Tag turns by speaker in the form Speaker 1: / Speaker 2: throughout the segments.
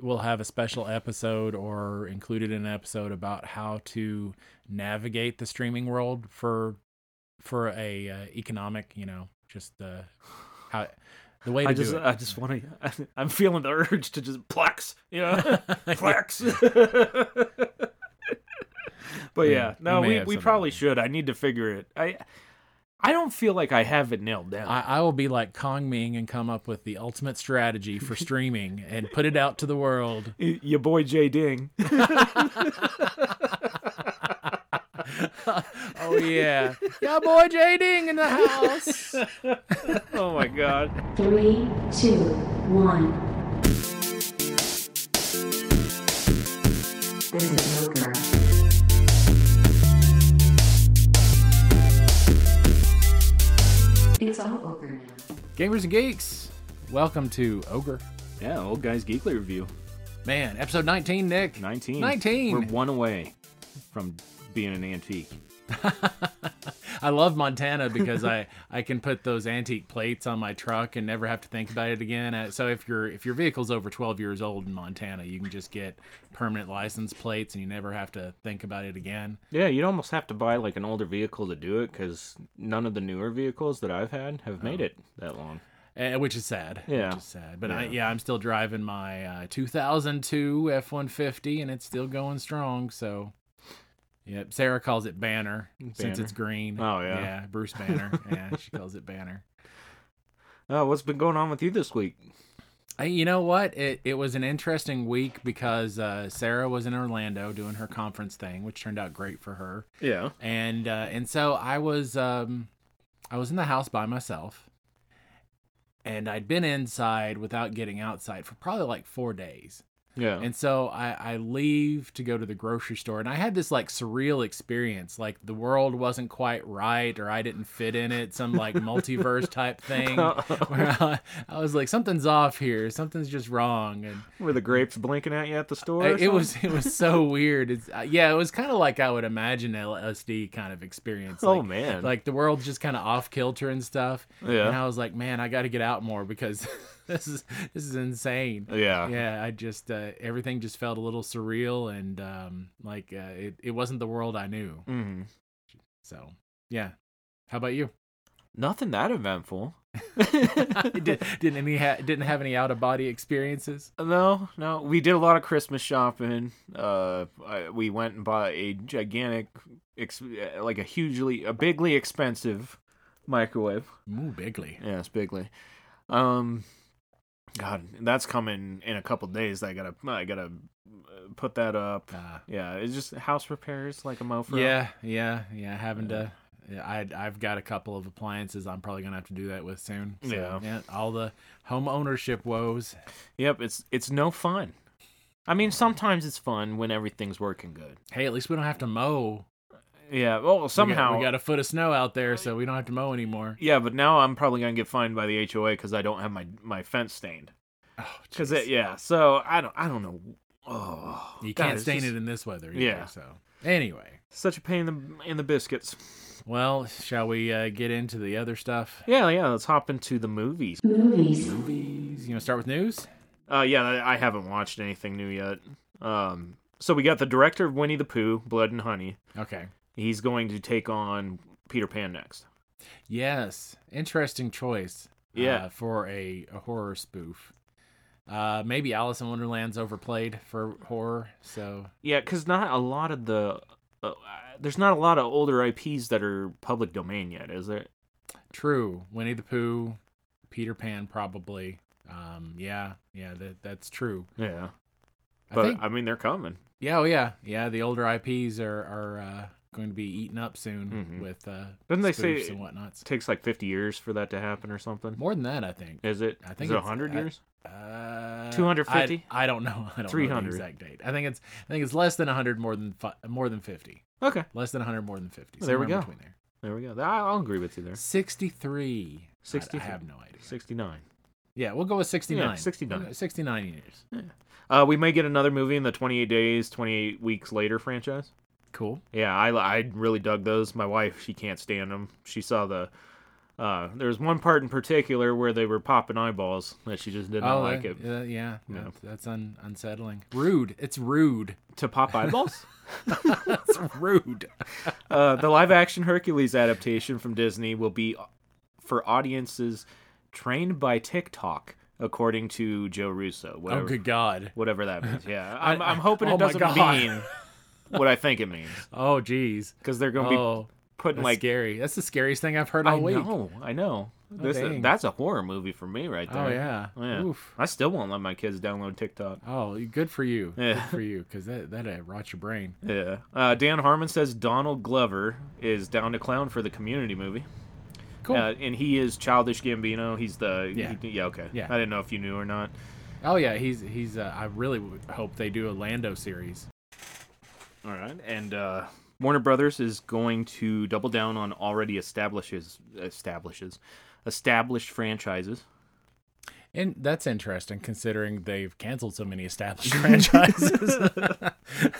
Speaker 1: we'll have a special episode or included an episode about how to navigate the streaming world for for a uh, economic, you know, just the how the way to
Speaker 2: I just
Speaker 1: do it.
Speaker 2: I just want to. I'm feeling the urge to just plex, you know,
Speaker 1: uh,
Speaker 2: plex. but yeah, no,
Speaker 1: may
Speaker 2: we,
Speaker 1: have
Speaker 2: we
Speaker 1: something
Speaker 2: probably
Speaker 1: like that.
Speaker 2: should. I need to figure it. I I don't feel like I have it nailed down.
Speaker 1: I, I will be like Kong Ming and come up with the ultimate strategy for streaming and put it out to the world.
Speaker 2: Y- Your boy Jay Ding.
Speaker 1: Oh yeah, yeah, boy, J Ding in the house.
Speaker 2: oh my god.
Speaker 3: Three, two, one. This is Milker. It's all over now.
Speaker 1: Gamers and geeks, welcome to Ogre.
Speaker 2: Yeah, old guys geekly review.
Speaker 1: Man, episode 19, Nick.
Speaker 2: 19.
Speaker 1: 19.
Speaker 2: We're one away from being an antique.
Speaker 1: I love Montana because I I can put those antique plates on my truck and never have to think about it again. Uh, So if your if your vehicle's over 12 years old in Montana, you can just get permanent license plates and you never have to think about it again.
Speaker 2: Yeah, you'd almost have to buy like an older vehicle to do it because none of the newer vehicles that I've had have made it that long.
Speaker 1: Uh, which is sad.
Speaker 2: Yeah.
Speaker 1: Which is sad. But I, yeah, I'm still driving my uh, 2002 F150 and it's still going strong. So, yep. Sarah calls it Banner, since
Speaker 2: Banner.
Speaker 1: it's green.
Speaker 2: Oh, yeah.
Speaker 1: Yeah. Bruce Banner. yeah. She calls it Banner.
Speaker 2: Oh, what's been going on with you this week?
Speaker 1: Uh, You know what? It it was an interesting week because uh, Sarah was in Orlando doing her conference thing, which turned out great for her.
Speaker 2: Yeah.
Speaker 1: And uh, and so I was um, I was in the house by myself, and I'd been inside without getting outside for probably like four days.
Speaker 2: Yeah.
Speaker 1: And so I, I leave to go to the grocery store, and I had this like surreal experience, like the world wasn't quite right, or I didn't fit in it, some like multiverse type thing, where I, I was like, something's off here, something's just wrong, and
Speaker 2: Were the grapes blinking at you at the store? or
Speaker 1: it, it
Speaker 2: something?
Speaker 1: was it was so weird. It's uh, yeah, it was kind of like I would imagine LSD kind of experience.
Speaker 2: Oh,
Speaker 1: like-
Speaker 2: man.
Speaker 1: like the world's just kind of off kilter and stuff.
Speaker 2: Yeah.
Speaker 1: and I was like, man, I got to get out more because this is this is insane
Speaker 2: Yeah.
Speaker 1: yeah i just uh, everything just felt a little surreal and um like uh, it, it wasn't the world i knew
Speaker 2: Mhm.
Speaker 1: so yeah how about you
Speaker 2: Nothing that eventful.
Speaker 1: did, didn't any ha- didn't have any out of body experiences
Speaker 2: No, no. We did a lot of Christmas shopping. Uh, I, we went and bought a gigantic, ex- uh, like a hugely, a bigly expensive microwave.
Speaker 1: Ooh, bigly
Speaker 2: Yes, bigly. Um, God, that's coming in a couple days. I gotta, I gotta uh, put that up.
Speaker 1: uh,
Speaker 2: Yeah, it's just house repairs, like a mofo.
Speaker 1: yeah yeah yeah having to yeah, I, I've got a couple of appliances I'm probably gonna have to do that with soon. So,
Speaker 2: Yeah.
Speaker 1: all the home ownership woes.
Speaker 2: Yep. It's it's no fun. I mean, sometimes it's fun when everything's working good.
Speaker 1: Hey, at least we don't have to mow.
Speaker 2: Yeah. Well,
Speaker 1: We got-
Speaker 2: somehow.
Speaker 1: we got a foot of snow out there, so we don't have to mow anymore.
Speaker 2: yeah, but now I'm probably gonna get fined by the HOA because I don't have my my fence stained.
Speaker 1: Oh,
Speaker 2: Because it, yeah. So I don't I don't know. Oh,
Speaker 1: You
Speaker 2: God,
Speaker 1: can't
Speaker 2: it's
Speaker 1: stain
Speaker 2: just
Speaker 1: it in this weather. Either,
Speaker 2: Yeah.
Speaker 1: So anyway,
Speaker 2: Such a pain in the in the biscuits.
Speaker 1: well, shall we uh, get into the other stuff?
Speaker 2: Yeah, yeah. Let's hop into the movies.
Speaker 3: Movies.
Speaker 1: Movies. You know, start with news.
Speaker 2: Uh, yeah, I I haven't watched anything new yet. Um, so we got the director of Winnie the Pooh, Blood and Honey.
Speaker 1: Okay.
Speaker 2: He's going to take on Peter Pan next.
Speaker 1: Yes, interesting choice. uh,
Speaker 2: Yeah.
Speaker 1: for a, a horror spoof. Uh, maybe Alice in Wonderland's overplayed for horror. So
Speaker 2: Yeah, because not a lot of the uh, uh, there's not a lot of older IPs that are public domain yet, is there?
Speaker 1: true. Winnie the Pooh, Peter Pan, probably. Um, yeah, yeah, that that's true.
Speaker 2: Yeah,
Speaker 1: I
Speaker 2: but
Speaker 1: think,
Speaker 2: I mean they're coming.
Speaker 1: yeah, oh yeah, yeah. The older IPs are are uh, going to be eaten up soon
Speaker 2: Mhm.
Speaker 1: with uh,
Speaker 2: Didn't they
Speaker 1: spoofs
Speaker 2: say-
Speaker 1: and whatnots.
Speaker 2: It takes like 50 years for that to happen or something.
Speaker 1: More than that, I think.
Speaker 2: Is it?
Speaker 1: I think
Speaker 2: is it
Speaker 1: it's-
Speaker 2: 100
Speaker 1: I-
Speaker 2: years?
Speaker 1: Uh,
Speaker 2: 250?
Speaker 1: I, I don't know. I don't know the
Speaker 2: 300.
Speaker 1: exact date. I think it's I think it's less than 100 more than fi- more than 50.
Speaker 2: Okay,
Speaker 1: Less than 100 more than 50.
Speaker 2: Well, there we
Speaker 1: somewhere in
Speaker 2: go.
Speaker 1: Between there.
Speaker 2: there we go. I- I'll agree with you there.
Speaker 1: 63. I- I,
Speaker 2: 63.
Speaker 1: have no idea.
Speaker 2: 69.
Speaker 1: Yeah, we'll go with 69.
Speaker 2: Yeah, 69.
Speaker 1: We'll go- 69 years.
Speaker 2: Uh, we may get another movie in the 28 days, 28 weeks later franchise.
Speaker 1: Cool.
Speaker 2: Yeah, I, I really dug those. My wife, she can't stand them. She saw the Uh, there was one part in particular where they were popping eyeballs that she just didn't like it.
Speaker 1: uh, yeah, that's, that's un- unsettling. Rude. It's rude.
Speaker 2: To pop eyeballs?
Speaker 1: That's rude.
Speaker 2: uh, the live action Hercules adaptation from Disney will be uh, for audiences trained by TikTok, according to Joe Russo. Whatever,
Speaker 1: Oh, good God.
Speaker 2: whatever that means. Yeah. I'm, I'm hoping
Speaker 1: oh
Speaker 2: it
Speaker 1: my
Speaker 2: doesn't
Speaker 1: God.
Speaker 2: mean what I think it means
Speaker 1: Oh, geez.
Speaker 2: because they're going to
Speaker 1: Oh,
Speaker 2: be putting
Speaker 1: that's
Speaker 2: like.
Speaker 1: scary. That's the scariest thing I've heard all
Speaker 2: I
Speaker 1: week.
Speaker 2: know, I know. This,
Speaker 1: dang.
Speaker 2: that's a horror movie for me right there.
Speaker 1: Oh, yeah.
Speaker 2: Yeah.
Speaker 1: Oof.
Speaker 2: I still won't let my kids download TikTok.
Speaker 1: Oh, good for you.
Speaker 2: Yeah.
Speaker 1: Good for you, because that that uh, rots your brain.
Speaker 2: Yeah. Uh, Dan Harmon says Donald Glover is down to clown for the Community movie,
Speaker 1: Cool.
Speaker 2: uh, and he is childish Gambino. He's the
Speaker 1: Yeah.
Speaker 2: he- yeah okay
Speaker 1: Yeah.
Speaker 2: I didn't know if you knew or not.
Speaker 1: oh yeah, he's he's. Uh, I really would hope they do a Lando series.
Speaker 2: All right, and uh, Warner Brothers is going to double down on already establishes establishes established franchises.
Speaker 1: And that's interesting considering they've canceled so many established franchises.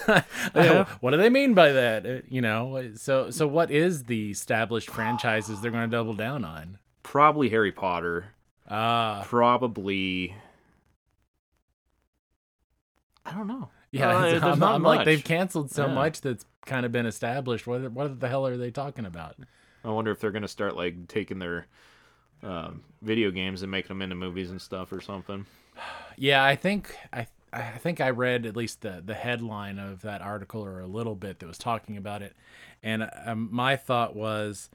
Speaker 1: Oh,
Speaker 2: Yeah.
Speaker 1: what do they mean by that? Uh, You know, so so what is the established franchises they're going to double down on?
Speaker 2: Probably Harry Potter.
Speaker 1: Uh
Speaker 2: Probably. I don't know.
Speaker 1: yeah,
Speaker 2: Uh, there's
Speaker 1: I'm,
Speaker 2: not
Speaker 1: I'm like
Speaker 2: much.
Speaker 1: they've canceled so
Speaker 2: Yeah.
Speaker 1: much that's kind of been established. What what the hell are they talking about?
Speaker 2: I wonder if they're gonna start like taking their um, video games and making them into movies and stuff or something.
Speaker 1: Yeah, I think I I think I read at least the the headline of that article or a little bit that was talking about it, and um, my thought was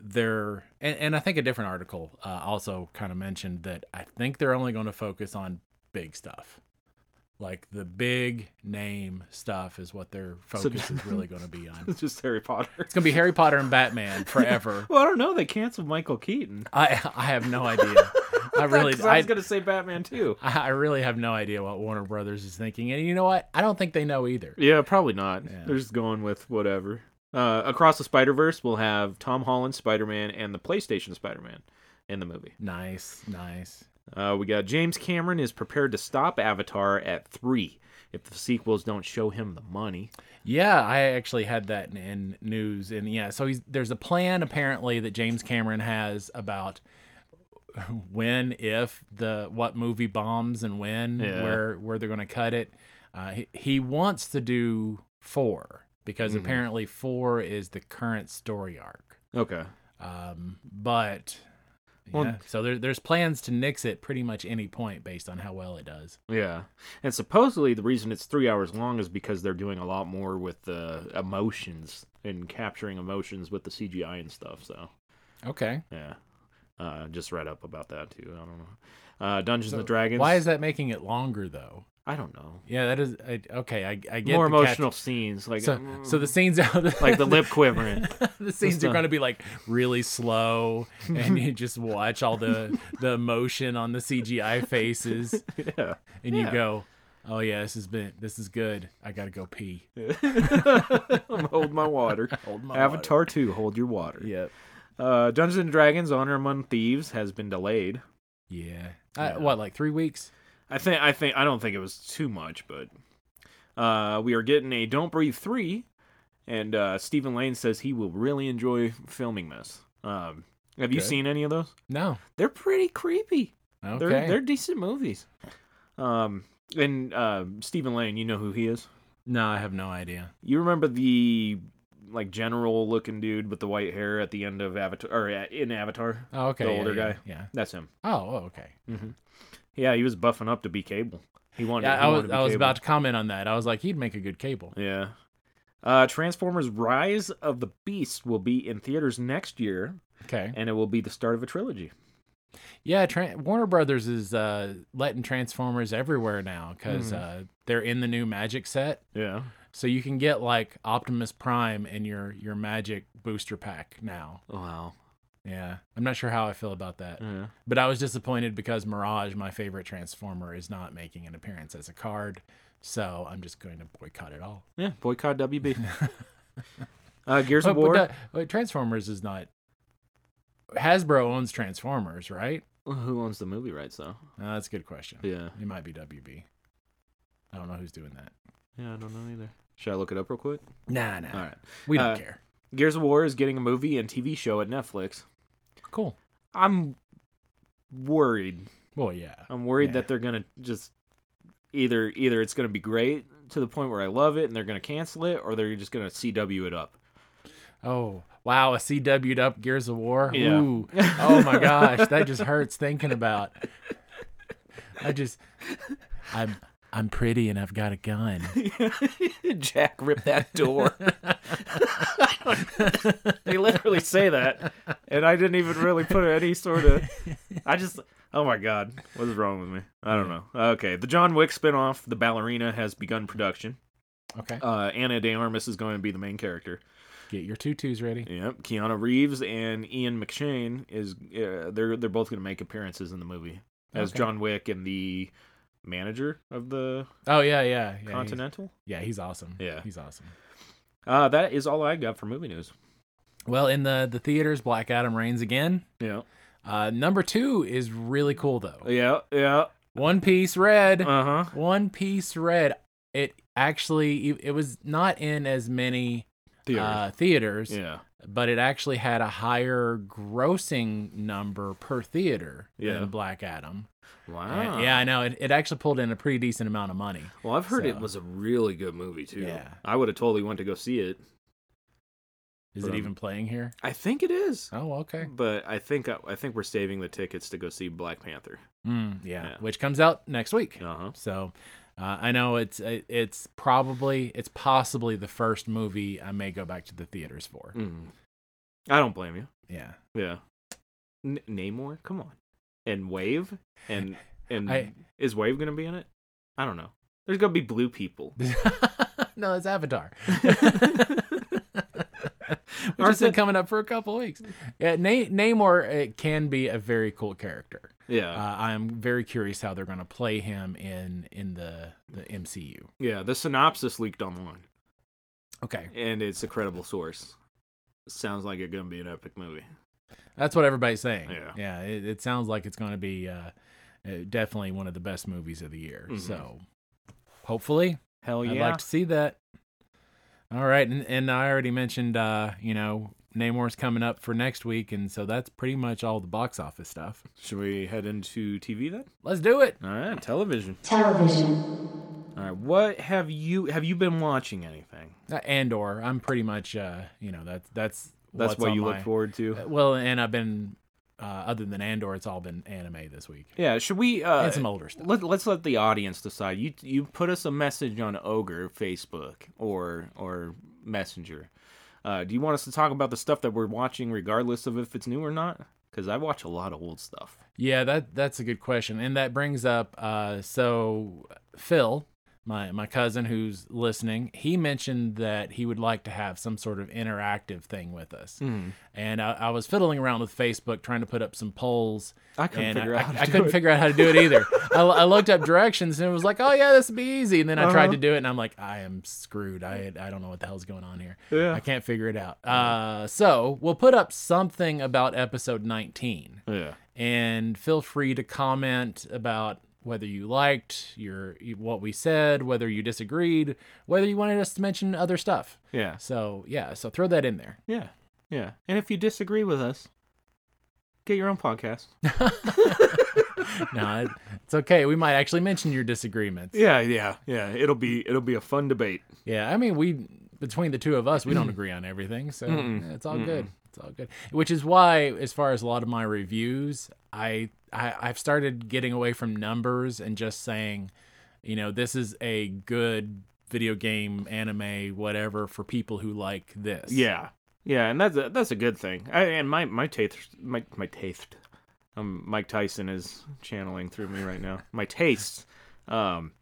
Speaker 1: they're and, and I think a different article uh, also kind of mentioned that I think they're only going to focus on big stuff. Like the big name stuff is what their focus is really going to be on. It's
Speaker 2: It's just Harry Potter.
Speaker 1: going to be Harry Potter and Batman forever.
Speaker 2: Well, I don't know. They canceled Michael Keaton.
Speaker 1: I I have no idea. I really
Speaker 2: I was gonna say Batman too.
Speaker 1: I I really have no idea what Warner Brothers is thinking, and you know what? I don't think they know either.
Speaker 2: Yeah, probably not.
Speaker 1: Yeah.
Speaker 2: They're just going with whatever. Uh, Across the Spider Verse, we'll have Tom Holland Spider Man and the PlayStation Spider Man in the movie.
Speaker 1: Nice, nice.
Speaker 2: Uh, we got James Cameron is prepared to stop Avatar at three if the sequels don't show him the money.
Speaker 1: Yeah, I actually had that in, in news, and yeah, so he's, there's a plan apparently that James Cameron has about when, if the what movie bombs and when,
Speaker 2: Yeah.
Speaker 1: where where they're going to cut it. Uh, he, he wants to do four because apparently four is the current story arc.
Speaker 2: Okay.
Speaker 1: Um, but yeah,
Speaker 2: Well-
Speaker 1: so there, there's plans to nix it pretty much any point based on how well it does.
Speaker 2: Yeah. And supposedly the reason it's three hours long is because they're doing a lot more with the emotions and capturing emotions with the CGI and stuff. So,
Speaker 1: Okay.
Speaker 2: yeah. Uh, just read up about that too. I don't know. Uh, Dungeons and Dragons.
Speaker 1: Why is that making it longer though?
Speaker 2: I don't know.
Speaker 1: Yeah, that is I, okay. I, I get
Speaker 2: more
Speaker 1: the catch-
Speaker 2: emotional scenes, like
Speaker 1: So, so the scenes
Speaker 2: like the lip quivering.
Speaker 1: the scenes are going to be like really slow, and you just watch all the the emotion on the CGI faces,
Speaker 2: yeah.
Speaker 1: and you
Speaker 2: Yeah.
Speaker 1: go, "Oh yeah, this has been this is good. I gotta go pee."
Speaker 2: hold my water. Hold
Speaker 1: my
Speaker 2: Avatar two. Hold your water.
Speaker 1: Yep.
Speaker 2: Uh, Dungeons and Dragons: Honor Among Thieves has been delayed.
Speaker 1: Yeah.
Speaker 2: Yeah.
Speaker 1: Uh, what like three weeks?
Speaker 2: I think I think I don't think it was too much, but uh, we are getting a Don't Breathe three, and uh, Stephen Lane says he will really enjoy filming this. Um, have you
Speaker 1: Okay.
Speaker 2: seen any of those?
Speaker 1: No.
Speaker 2: They're pretty creepy.
Speaker 1: Okay.
Speaker 2: They're they're decent movies. Um, and uh, Stephen Lane, you know who he is.
Speaker 1: No, I have no idea.
Speaker 2: You remember the like general looking dude with the white hair at the end of Avatar or uh, in Avatar?
Speaker 1: Oh, okay.
Speaker 2: The
Speaker 1: yeah,
Speaker 2: older
Speaker 1: yeah,
Speaker 2: guy.
Speaker 1: Yeah.
Speaker 2: That's him.
Speaker 1: Oh, oh, okay.
Speaker 2: Yeah, he was buffing up to be Cable. He wanted.
Speaker 1: Yeah,
Speaker 2: he
Speaker 1: I
Speaker 2: wanted
Speaker 1: was
Speaker 2: to be
Speaker 1: I was
Speaker 2: Cable.
Speaker 1: about to comment on that. I was like, he'd make a good cable.
Speaker 2: Yeah. Uh, Transformers Rise of the Beast will be in theaters next year,
Speaker 1: Okay.
Speaker 2: and it will be the start of a trilogy.
Speaker 1: Yeah, Tran Warner Brothers is uh, letting Transformers everywhere now because
Speaker 2: Hmm.
Speaker 1: uh, they're in the new Magic set,
Speaker 2: Yeah.
Speaker 1: so you can get like Optimus Prime in your your Magic booster pack now.
Speaker 2: Oh, Wow.
Speaker 1: Yeah, I'm not sure how I feel about that,
Speaker 2: Yeah.
Speaker 1: but I was disappointed because Mirage, my favorite Transformer, is not making an appearance as a card, so I'm just going to boycott it all.
Speaker 2: Yeah. Boycott WB. uh, Gears
Speaker 1: But,
Speaker 2: of War.
Speaker 1: but, uh, but Transformers is not. Hasbro owns Transformers, right?
Speaker 2: Who owns the movie rights though?
Speaker 1: Uh, that's a good question.
Speaker 2: Yeah.
Speaker 1: It might be WB. I don't know who's doing that.
Speaker 2: Yeah, I don't know either. Should I look it up real quick?
Speaker 1: Nah, nah.
Speaker 2: All right.
Speaker 1: We don't
Speaker 2: Uh,
Speaker 1: care.
Speaker 2: Gears of War is getting a movie and TV show at Netflix.
Speaker 1: Cool.
Speaker 2: I'm worried.
Speaker 1: Well, yeah.
Speaker 2: I'm worried
Speaker 1: Yeah.
Speaker 2: that they're gonna just either either it's gonna be great to the point where I love it and they're gonna cancel it, or they're just gonna CW it up.
Speaker 1: Oh wow, a CW'd up Gears of War.
Speaker 2: Yeah.
Speaker 1: Ooh. Oh my gosh, that just hurts thinking about. I just, I'm, I'm pretty and I've got a gun.
Speaker 2: Jack ripped that door. they literally say that, and I didn't even really put any sort of. I just. Oh my God, what is wrong with me? I don't know. Okay, the John Wick spinoff, The Ballerina, has begun production.
Speaker 1: Okay,
Speaker 2: Uh, Anna De Armas is going to be the main character.
Speaker 1: get your tutus ready.
Speaker 2: Yep, Keanu Reeves and Ian McShane is. Uh, they're they're both going to make appearances in the movie as
Speaker 1: Okay.
Speaker 2: John Wick and the manager of the
Speaker 1: Oh yeah, yeah, yeah. He's,
Speaker 2: Continental.
Speaker 1: yeah, he's awesome.
Speaker 2: Yeah.
Speaker 1: he's awesome.
Speaker 2: Uh, that is all I got for movie news.
Speaker 1: Well, in the the theaters, Black Adam reigns again.
Speaker 2: Yeah.
Speaker 1: Uh, number two is really cool though.
Speaker 2: Yeah, yeah.
Speaker 1: One Piece Red.
Speaker 2: Uh huh.
Speaker 1: One Piece Red. It actually it was not in as many uh, theaters.
Speaker 2: yeah.
Speaker 1: but it actually had a higher grossing number per theater
Speaker 2: Yeah.
Speaker 1: than Black Adam.
Speaker 2: Wow.
Speaker 1: And- yeah, I know. It, it actually pulled in a pretty decent amount of money.
Speaker 2: Well, I've heard
Speaker 1: So-
Speaker 2: it was a really good movie too.
Speaker 1: Yeah.
Speaker 2: I would have totally went to go see it.
Speaker 1: Is
Speaker 2: But,
Speaker 1: it
Speaker 2: um,
Speaker 1: even playing here?
Speaker 2: I think it is.
Speaker 1: Oh, okay.
Speaker 2: But I think I, I think we're saving the tickets to go see Black Panther.
Speaker 1: Mm, yeah.
Speaker 2: Yeah.
Speaker 1: which comes out next week.
Speaker 2: Uh huh.
Speaker 1: So uh, I know it's it, it's probably it's possibly the first movie I may go back to the theaters for.
Speaker 2: Mm. I don't blame you.
Speaker 1: Yeah,
Speaker 2: Yeah. N- Namor, come on. And Wave and and
Speaker 1: I-
Speaker 2: is Wave gonna be in it? I don't know. There's gonna be blue people.
Speaker 1: no, it's Avatar. Which
Speaker 2: Aren't
Speaker 1: has been
Speaker 2: they-
Speaker 1: coming up for a couple weeks. Yeah, Na- Namor it can be a very cool character.
Speaker 2: Yeah.
Speaker 1: Uh, I'm very curious how they're going to play him in in the the MCU.
Speaker 2: yeah. The synopsis leaked online.
Speaker 1: Okay,
Speaker 2: and it's a credible source. Sounds like it's gonna be an epic movie.
Speaker 1: that's what everybody's saying.
Speaker 2: Yeah.
Speaker 1: yeah. It, it sounds like it's going to be uh, uh, definitely one of the best movies of the year.
Speaker 2: Mhm.
Speaker 1: So, hopefully,
Speaker 2: Hell
Speaker 1: I'd like to see that. All right, and, and I already mentioned, uh, you know, Namor's coming up for next week, and so that's pretty much all the box office stuff.
Speaker 2: Should we head into TV then?
Speaker 1: Let's do it.
Speaker 2: All right, television.
Speaker 3: television,
Speaker 2: All right, what have you have you been watching anything?
Speaker 1: Uh, Andor, I'm pretty much, uh, you know, that's that's
Speaker 2: That's
Speaker 1: what's
Speaker 2: what
Speaker 1: on
Speaker 2: you
Speaker 1: my-
Speaker 2: look forward to.
Speaker 1: Well, and I've been, uh, other than Andor, it's all been anime this week
Speaker 2: Yeah, should we? Uh,
Speaker 1: and some older stuff.
Speaker 2: let, let's let the audience decide. You you put us a message on Ogre Facebook or or Messenger. Uh, do you want us to talk about the stuff that we're watching, regardless of if it's new or not? Because I watch a lot of old stuff.
Speaker 1: Yeah, that that's a good question, and that brings up. Uh, so Phil, my my cousin who's listening, he mentioned that he would like to have some sort of interactive thing with us,
Speaker 2: Hmm.
Speaker 1: and I, I was fiddling around with Facebook trying to put up some polls.
Speaker 2: I couldn't
Speaker 1: and
Speaker 2: figure
Speaker 1: I,
Speaker 2: out how to
Speaker 1: I
Speaker 2: do
Speaker 1: couldn't
Speaker 2: it.
Speaker 1: figure out how to do it either. I, I looked up directions and it was like, oh yeah, this would be easy. And then I
Speaker 2: Uh-huh.
Speaker 1: tried to do it and I'm like, I am screwed. I I don't know what the hell's going on here.
Speaker 2: Yeah.
Speaker 1: I can't figure it out. Uh, so we'll put up something about episode 19
Speaker 2: Yeah.
Speaker 1: and feel free to comment about whether you liked your what we said, whether you disagreed, whether you wanted us to mention other stuff.
Speaker 2: Yeah.
Speaker 1: So yeah, so throw that in there.
Speaker 2: Yeah. Yeah. And if you disagree with us, get your own podcast.
Speaker 1: No, it, it's okay. We might actually mention your disagreements.
Speaker 2: yeah, yeah, yeah. It'll be it'll be a fun debate.
Speaker 1: Yeah, I mean, we between the two of us, we don't agree on everything, so
Speaker 2: Mm-mm.
Speaker 1: it's all good. It's all good. Which is why, as far as a lot of my reviews, I, I I've started getting away from numbers and just saying, you know, this is a good video game, anime, whatever for people who like this.
Speaker 2: Yeah. Yeah, and that's a, that's a good thing. I, and my my taste my my taste. Um Mike Tyson is channeling through me right now. My tastes um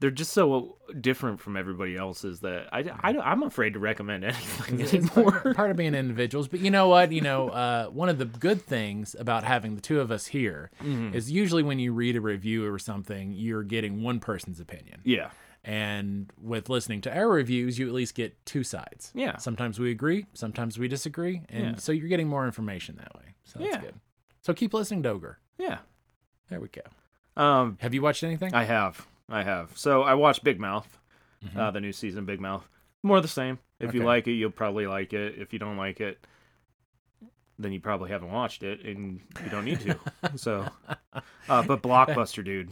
Speaker 2: they're just so different from everybody else's that I, I am afraid to recommend anything
Speaker 1: It's part,
Speaker 2: anymore.
Speaker 1: part of being individuals. But you know what? You know, uh, one of the good things about having the two of us here is usually when you read a review or something, you're getting one person's opinion.
Speaker 2: yeah.
Speaker 1: And with listening to our reviews, you at least get two sides.
Speaker 2: Yeah.
Speaker 1: Sometimes we agree, sometimes we disagree. And
Speaker 2: Yeah.
Speaker 1: so you're getting more information that way. So that's
Speaker 2: Yeah.
Speaker 1: good. So keep listening to Ogre.
Speaker 2: Yeah.
Speaker 1: There we go.
Speaker 2: Um
Speaker 1: Have you watched anything?
Speaker 2: I have. I have. So I watched Big Mouth, uh, the new season of Big Mouth. More the same. If you
Speaker 1: Okay.
Speaker 2: like it, you'll probably like it. If you don't like it, then you probably haven't watched it and you don't need to. so, uh, but Blockbuster, dude.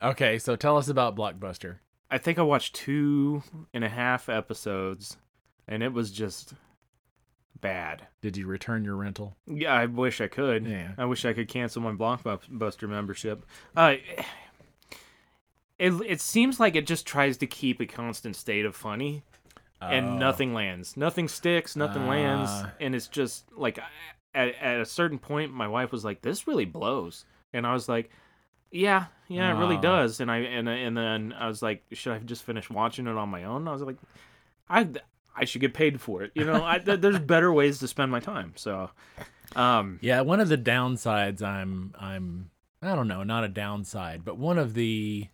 Speaker 1: Okay, so tell us about Blockbuster.
Speaker 2: I think I watched two and a half episodes, and it was just bad.
Speaker 1: Did you return your rental?
Speaker 2: Yeah, I wish I could.
Speaker 1: Yeah.
Speaker 2: I wish I could cancel my Blockbuster membership. Uh, it it seems like it just tries to keep a constant state of funny,
Speaker 1: Oh.
Speaker 2: and nothing lands. Nothing sticks. Nothing lands.
Speaker 1: Ah.
Speaker 2: And it's just like I- at at a certain point, my wife was like, "This really blows," and I was like. Yeah, yeah, it really
Speaker 1: Ah.
Speaker 2: does. And I and and then I was like, should I just finish watching it on my own? I was like, I I should get paid for it. You know, I, th- there's better ways to spend my time. So, um,
Speaker 1: Yeah, one of the downsides I'm I'm I don't know, not a downside, but one of the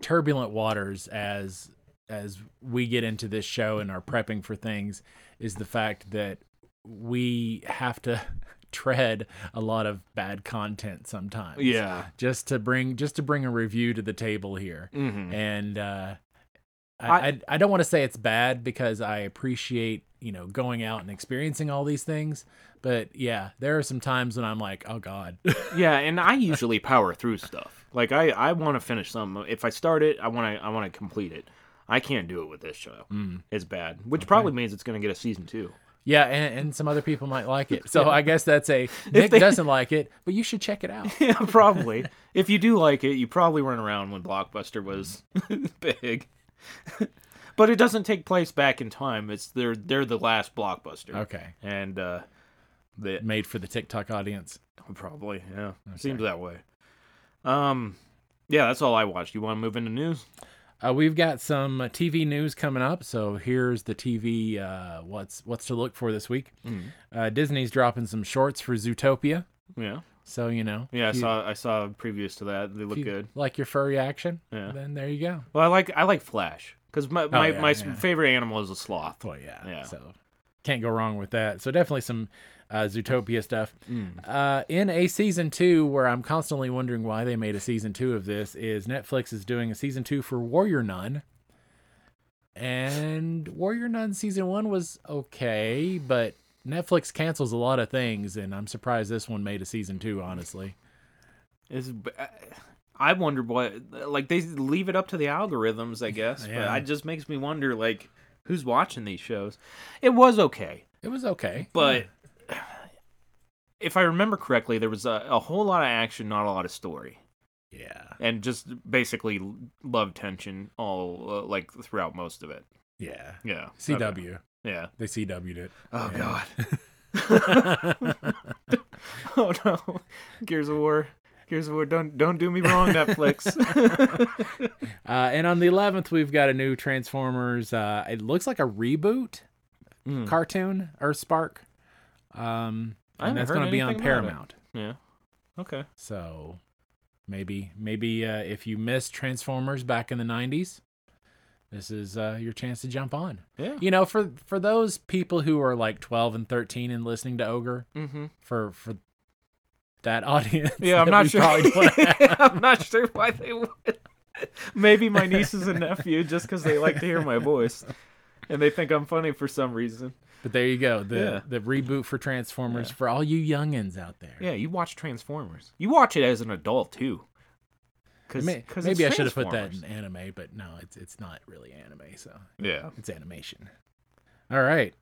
Speaker 1: turbulent waters as as we get into this show and are prepping for things is the fact that we have to tread a lot of bad content sometimes.
Speaker 2: yeah,
Speaker 1: Just to bring just to bring a review to the table here.
Speaker 2: hmm
Speaker 1: and uh, I,
Speaker 2: I-
Speaker 1: I, I don't want to say it's bad because I appreciate you know going out and experiencing all these things, but yeah, there are some times when I'm like, oh god,
Speaker 2: yeah. And I usually power through stuff. Like I I want to finish something. If I start it, I want to I want to complete it. I can't do it with this show. Mm. It's bad, which probably means it's going to get a season two.
Speaker 1: yeah, and, and some other people might like it, so I guess that's a Nick doesn't like it, but you should check it out.
Speaker 2: yeah, probably. if you do like it, you probably weren't around when Blockbuster was big. but it doesn't take place back in time. It's they're they're the last Blockbuster.
Speaker 1: Okay,
Speaker 2: And uh the
Speaker 1: made for the TikTok audience.
Speaker 2: Probably, yeah. Seems that way. Um, yeah, that's all I watched. You want to move into news?
Speaker 1: Uh, we've got some uh, TV news coming up, so here's the TV. Uh, what's what's to look for this week?
Speaker 2: Hmm.
Speaker 1: Uh, Disney's dropping some shorts for Zootopia,
Speaker 2: Yeah,
Speaker 1: so you know.
Speaker 2: yeah. I
Speaker 1: if you-
Speaker 2: saw I saw previews to that. They look
Speaker 1: if you
Speaker 2: good.
Speaker 1: Like your furry action.
Speaker 2: Yeah.
Speaker 1: Then there you go.
Speaker 2: Well, I like I like Flash because my my,
Speaker 1: Oh, yeah,
Speaker 2: my
Speaker 1: yeah.
Speaker 2: favorite animal is a sloth.
Speaker 1: Well, yeah.
Speaker 2: Yeah.
Speaker 1: So can't go wrong with that. So definitely some uh, Zootopia stuff. Uh, in a season two, where I'm constantly wondering why they made a season two of this, is Netflix is doing a season two for Warrior Nun. And Warrior Nun season one was okay, but Netflix cancels a lot of things, and I'm surprised this one made a season two. Honestly,
Speaker 2: It's, uh, I wonder what like they leave it up to the algorithms, I guess.
Speaker 1: Yeah.
Speaker 2: But it just makes me wonder like who's watching these shows. It was okay,
Speaker 1: it was okay.
Speaker 2: but if I remember correctly, there was a, a whole lot of action, not a lot of story.
Speaker 1: yeah,
Speaker 2: and just basically love tension all uh, like throughout most of it.
Speaker 1: yeah.
Speaker 2: Yeah.
Speaker 1: CW,
Speaker 2: Okay. Yeah.
Speaker 1: they CW'd it.
Speaker 2: Oh
Speaker 1: Yeah.
Speaker 2: god. oh no. Gears of War. Gears of War. Don't don't do me wrong, Netflix.
Speaker 1: Uh, and on the 11th, we've got a new Transformers. Uh, it looks like a reboot
Speaker 2: Hmm.
Speaker 1: cartoon, Earth Spark. Um,
Speaker 2: I
Speaker 1: and
Speaker 2: haven't
Speaker 1: that's
Speaker 2: heard
Speaker 1: going to be on
Speaker 2: anything about it.
Speaker 1: Paramount.
Speaker 2: yeah. Okay.
Speaker 1: So maybe, maybe uh, if you missed Transformers back in the 90s, this is uh, your chance to jump on.
Speaker 2: Yeah.
Speaker 1: You know, for for those people who are like 12 and 13 and listening to Ogre,
Speaker 2: Mm-hmm.
Speaker 1: for for that audience,
Speaker 2: Yeah, I'm
Speaker 1: that
Speaker 2: not
Speaker 1: we
Speaker 2: sure.
Speaker 1: probably don't have-
Speaker 2: I'm not sure why they would. Maybe my nieces and nephew, just because they like to hear my voice, and they think I'm funny for some reason.
Speaker 1: but there you go. The
Speaker 2: Yeah.
Speaker 1: the reboot for Transformers for all you youngins out there.
Speaker 2: Yeah, you watch Transformers. You watch it as an adult too. Cause,
Speaker 1: May-
Speaker 2: 'cause it's
Speaker 1: maybe I should have put that in
Speaker 2: Transformers.
Speaker 1: anime, but no, it's it's not really anime, so
Speaker 2: Yeah.
Speaker 1: it's animation. All right,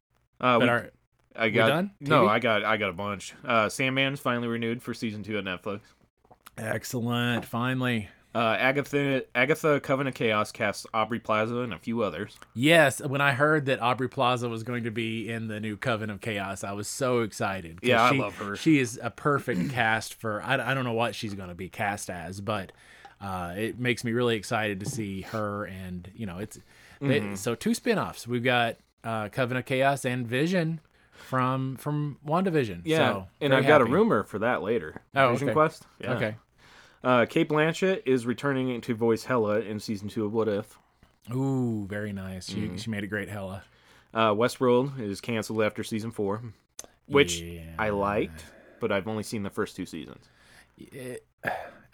Speaker 2: Uh,
Speaker 1: but
Speaker 2: we,
Speaker 1: our,
Speaker 2: I got
Speaker 1: done?
Speaker 2: no.
Speaker 1: TV?
Speaker 2: I got I got a bunch. Uh, Sandman's finally renewed for season two on Netflix.
Speaker 1: excellent. Finally,
Speaker 2: Uh, Agatha Agatha Covenant of Chaos casts Aubrey Plaza and a few others.
Speaker 1: yes. When I heard that Aubrey Plaza was going to be in the new Coven of Chaos, I was so excited. 'cause
Speaker 2: Yeah, I
Speaker 1: she-
Speaker 2: love her.
Speaker 1: She is a perfect cast for. I, I don't know what she's going to be cast as, but uh, it makes me really excited to see her. And you know, it's they,
Speaker 2: Mm-hmm.
Speaker 1: so two spinoffs. We've got uh, Coven of Chaos and Vision. From from WandaVision. so,
Speaker 2: and
Speaker 1: very
Speaker 2: I've got a
Speaker 1: happy.
Speaker 2: rumor for that later.
Speaker 1: Oh,
Speaker 2: Vision
Speaker 1: okay.
Speaker 2: Quest. Yeah.
Speaker 1: Okay.
Speaker 2: Uh, Kate Blanchett is returning to voice Hella in season two of What If.
Speaker 1: Ooh, very nice. She
Speaker 2: Mm-hmm.
Speaker 1: she made a great Hella.
Speaker 2: Uh, Westworld is canceled after season four, which
Speaker 1: Yeah.
Speaker 2: I liked, but I've only seen the first two seasons.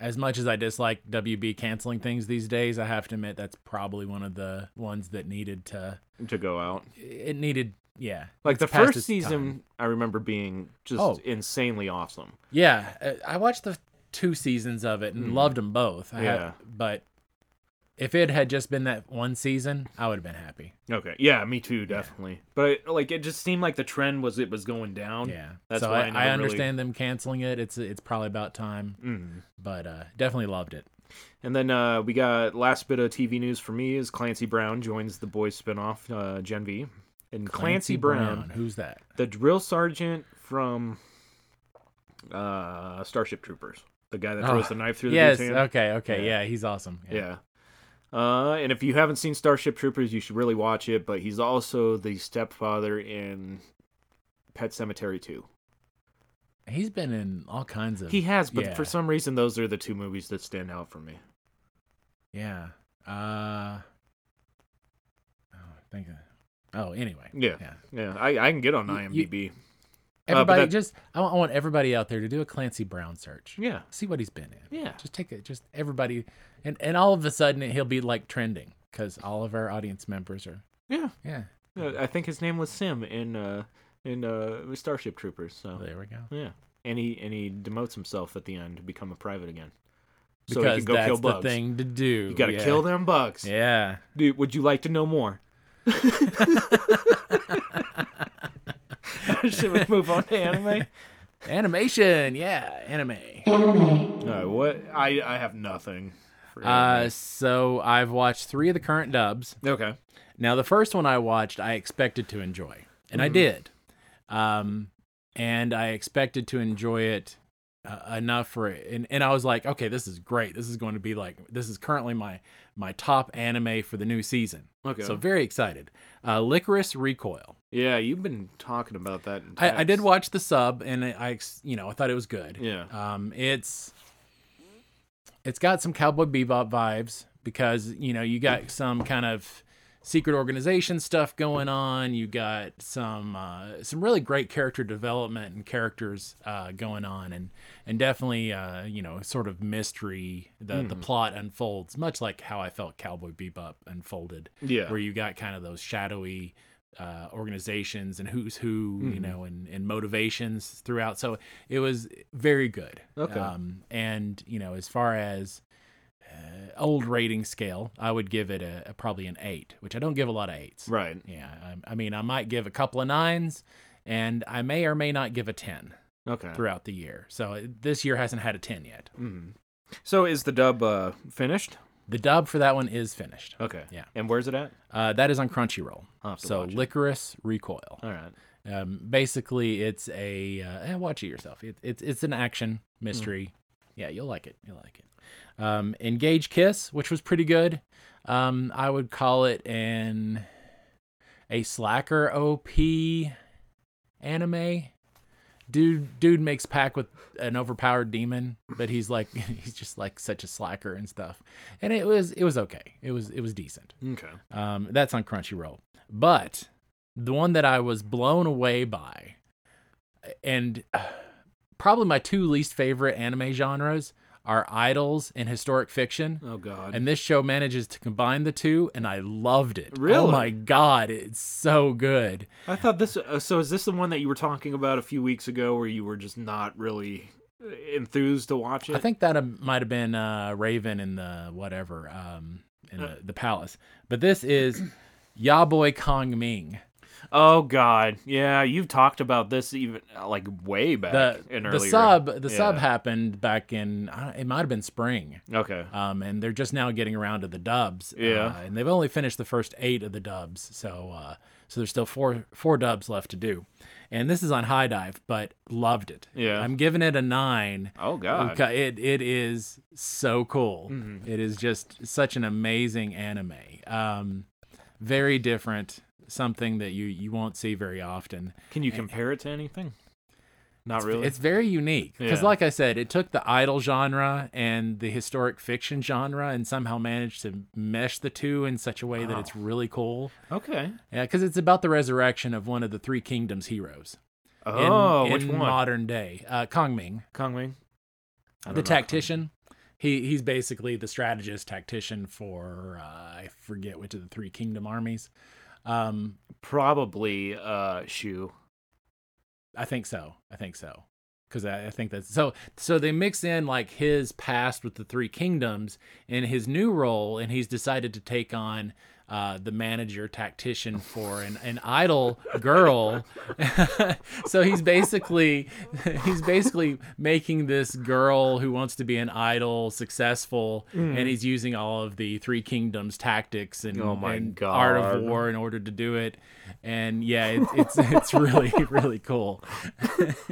Speaker 1: As much as I dislike WB canceling things these days, I have to admit that's probably one of the ones that needed to
Speaker 2: to go out.
Speaker 1: it needed yeah.
Speaker 2: Like the
Speaker 1: It's past
Speaker 2: first
Speaker 1: its
Speaker 2: season,
Speaker 1: time.
Speaker 2: I remember being just
Speaker 1: Oh.
Speaker 2: insanely awesome.
Speaker 1: Yeah, uh, I watched the two seasons of it and loved them both. I had-
Speaker 2: Hmm. Yeah.
Speaker 1: but if it had just been that one season, I would have been happy.
Speaker 2: Okay, yeah, me too, definitely. But like, it just seemed like the trend was it was going down.
Speaker 1: Yeah,
Speaker 2: that's
Speaker 1: so
Speaker 2: why I,
Speaker 1: I,
Speaker 2: never
Speaker 1: I
Speaker 2: really-
Speaker 1: understand them canceling it. It's it's probably about time,
Speaker 2: Mm.
Speaker 1: but uh, definitely loved it.
Speaker 2: And then uh, we got last bit of TV news for me is Clancy Brown joins the Boys spinoff uh, Gen V, and Clancy, Brown,
Speaker 1: who's that?
Speaker 2: the drill sergeant from uh, Starship Troopers, the guy that throws
Speaker 1: Oh,
Speaker 2: the knife through the
Speaker 1: Yes.
Speaker 2: dude's hand.
Speaker 1: Okay. Okay. Yeah.
Speaker 2: Yeah.
Speaker 1: he's awesome.
Speaker 2: Yeah. Uh, and if you haven't seen Starship Troopers, you should really watch it. But he's also the stepfather in Pet Cemetery 2.
Speaker 1: He's been in all kinds of.
Speaker 2: He has, but
Speaker 1: yeah,
Speaker 2: for some reason, those are the two movies that stand out for me.
Speaker 1: Yeah. Uh. Oh, I think. Oh, anyway.
Speaker 2: Yeah.
Speaker 1: Yeah.
Speaker 2: Yeah, I, I can get on
Speaker 1: You- you-
Speaker 2: IMDb. but
Speaker 1: Everybody,
Speaker 2: that-
Speaker 1: just I want, I want everybody out there to do a Clancy Brown search.
Speaker 2: yeah.
Speaker 1: See what he's been in.
Speaker 2: Yeah.
Speaker 1: Just take it. Just everybody, and and all of a sudden he'll be like trending because all of our audience members are.
Speaker 2: Yeah.
Speaker 1: Yeah.
Speaker 2: Uh, I think his name was Sim in uh, in uh, Starship Troopers. So
Speaker 1: There we go.
Speaker 2: yeah, and he and he demotes himself at the end to become a private again, so he
Speaker 1: Because
Speaker 2: can go
Speaker 1: that's
Speaker 2: kill
Speaker 1: the
Speaker 2: bugs.
Speaker 1: thing to do.
Speaker 2: You gotta kill them bugs,
Speaker 1: Yeah.
Speaker 2: dude. Would you like to know more? Should we move on to anime?
Speaker 1: Animation. Yeah. Anime.
Speaker 3: Anime.
Speaker 2: No, what? I I have nothing. For
Speaker 1: Uh, so I've watched three of the current dubs.
Speaker 2: okay.
Speaker 1: Now, the first one I watched, I expected to enjoy, and I did. Um, and I expected to enjoy it uh, enough for And, and I was like, okay, this is great. This is going to be like, this is currently my, my top anime for the new season.
Speaker 2: Okay.
Speaker 1: So very excited. Uh, Licorice Recoil.
Speaker 2: Yeah, you've been talking about that. In
Speaker 1: I, I did
Speaker 2: text.
Speaker 1: watch the sub, and I, I ex- you know, I thought it was good.
Speaker 2: Yeah.
Speaker 1: Um, it's it's got some Cowboy Bebop vibes because you know you got some kind of secret organization stuff going on. You got some uh, some really great character development and characters uh, going on, and and definitely uh, you know sort of mystery. The the plot unfolds much like how I felt Cowboy Bebop unfolded.
Speaker 2: Yeah.
Speaker 1: Where you got kind of those shadowy uh, organizations and who's who,
Speaker 2: Mm-hmm.
Speaker 1: you know, and, and motivations throughout. So it was very good.
Speaker 2: Okay.
Speaker 1: Um, and you know, as far as uh, old rating scale, I would give it a, a probably an eight, which I don't give a lot of eights.
Speaker 2: Right.
Speaker 1: Yeah. I, I mean, I might give a couple of nines, and I may or may not give a ten
Speaker 2: Okay.
Speaker 1: throughout the year. So uh, this year hasn't had a ten yet.
Speaker 2: Mm. So is the dub uh, finished?
Speaker 1: The dub for that one is finished.
Speaker 2: Okay.
Speaker 1: Yeah.
Speaker 2: And where's it at?
Speaker 1: Uh, that is on Crunchyroll.
Speaker 2: I'll have to
Speaker 1: So
Speaker 2: watch it.
Speaker 1: Licorice Recoil.
Speaker 2: All right.
Speaker 1: Um, basically, it's a uh, eh, watch it yourself. It, it's it's an action mystery. Yeah, you'll like it. You'll like it. Um, Engage Kiss, which was pretty good. Um, I would call it an a slacker op anime. Dude, dude makes pack with an overpowered demon, but he's like he's just like such a slacker and stuff. And it was it was okay. It was it was decent.
Speaker 2: Okay.
Speaker 1: Um, that's on Crunchyroll. But the one that I was blown away by, and uh, probably my two least favorite anime genres are idols and historic fiction.
Speaker 2: Oh God.
Speaker 1: And this show manages to combine the two, and I loved it. Oh
Speaker 2: Really?
Speaker 1: my god, it's so good.
Speaker 2: I thought this. Uh, so is this the one that you were talking about a few weeks ago, where you were just not really uh, enthused to watch it?
Speaker 1: I think that uh, might have been uh, Raven in the whatever um, in
Speaker 2: Uh.
Speaker 1: the, the palace, but this is Yaboy Kong Ming.
Speaker 2: Oh God. Yeah, you've talked about this even uh, like way back
Speaker 1: The,
Speaker 2: in
Speaker 1: Uh, the
Speaker 2: earlier.
Speaker 1: sub the sub
Speaker 2: Yeah.
Speaker 1: happened back in I don't- it might have been spring.
Speaker 2: Okay.
Speaker 1: um, and they're just now getting around to the dubs.
Speaker 2: Yeah.
Speaker 1: uh, and they've only finished the first eight of the dubs, so uh, so there's still four four dubs left to do. And this is on High Dive, but loved it.
Speaker 2: Yeah.
Speaker 1: I'm giving it a nine.
Speaker 2: Oh God. Mm-hmm.
Speaker 1: Okay, It it is so cool. It is just such an amazing anime. Um, very different, something that you you won't see very often.
Speaker 2: Can you compare it to anything? Not really.
Speaker 1: It's very unique because,
Speaker 2: Yeah.
Speaker 1: like I said, it took the idol genre and the historic fiction genre and somehow managed to mesh the two in such a way that it's really cool.
Speaker 2: okay.
Speaker 1: Yeah, because it's about the resurrection of one of the Three Kingdoms heroes. in-
Speaker 2: Oh,
Speaker 1: in
Speaker 2: which one?
Speaker 1: Modern day, uh, Kongming,
Speaker 2: Kong Wing. I
Speaker 1: the
Speaker 2: don't know.
Speaker 1: tactician. He he's basically the strategist tactician for uh, I forget which of the Three Kingdom armies. Um,
Speaker 2: Probably uh shoe.
Speaker 1: I think so. I think so. Because I, I think that's so. So they mix in like his past with the Three Kingdoms and his new role, and he's decided to take on uh, the manager tactician for an, an idol girl. so he's basically he's basically making this girl who wants to be an idol successful, and he's using all of the Three Kingdoms tactics and,
Speaker 2: Mm. Oh my
Speaker 1: and art of
Speaker 2: God.
Speaker 1: war in order to do it. And yeah, it, it's it's really really cool.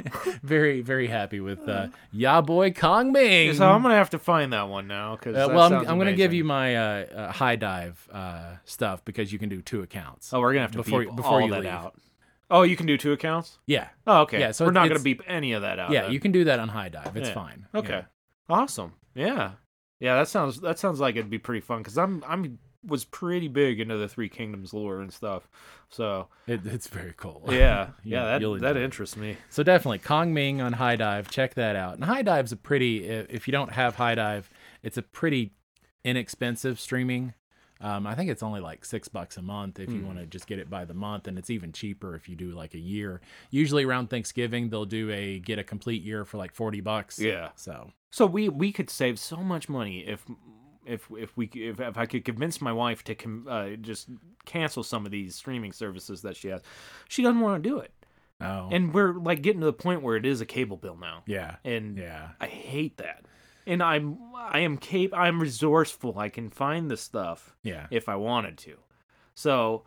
Speaker 1: very very happy with uh, Ya Boy Kong Ming.
Speaker 2: So I'm gonna have to find that one now because
Speaker 1: Uh, well, I'm, I'm going to give you my uh, uh, high dive uh, stuff because you can do two accounts.
Speaker 2: Oh, we're gonna have to
Speaker 1: before-
Speaker 2: beep
Speaker 1: before
Speaker 2: all
Speaker 1: you
Speaker 2: that
Speaker 1: leave.
Speaker 2: out. Oh, you can do two accounts.
Speaker 1: yeah,
Speaker 2: Oh, okay.
Speaker 1: Yeah, so
Speaker 2: we're not
Speaker 1: it's-
Speaker 2: gonna beep any of that out.
Speaker 1: yeah,
Speaker 2: then.
Speaker 1: you can do that on high dive. It's
Speaker 2: Yeah.
Speaker 1: fine.
Speaker 2: Okay.
Speaker 1: Yeah.
Speaker 2: Awesome. Yeah. Yeah, that sounds that sounds like it'd be pretty fun because I'm I'm was pretty big into the Three Kingdoms lore and stuff. So
Speaker 1: It, it's very cool.
Speaker 2: yeah,
Speaker 1: You-
Speaker 2: yeah, that
Speaker 1: you'll
Speaker 2: that
Speaker 1: enjoy it.
Speaker 2: interests me.
Speaker 1: So definitely Kong Ming on High Dive. Check that out. And High Dive's a pretty. i- If you don't have High Dive, it's a pretty inexpensive streaming. Um, I think it's only like six bucks a month if you
Speaker 2: Hmm.
Speaker 1: want to just get it by the month, and it's even cheaper if you do like a year. Usually around Thanksgiving, they'll do a get a complete year for like forty bucks.
Speaker 2: Yeah.
Speaker 1: So
Speaker 2: So we we could save so much money if if if we if, if I could convince my wife to com, uh, just cancel some of these streaming services that she has. She doesn't want to do it,
Speaker 1: oh
Speaker 2: and we're like getting to the point where it is a cable bill now.
Speaker 1: yeah
Speaker 2: and
Speaker 1: yeah
Speaker 2: I hate that. And I'm I am cap I'm resourceful. I can find the stuff
Speaker 1: yeah
Speaker 2: if I wanted to. So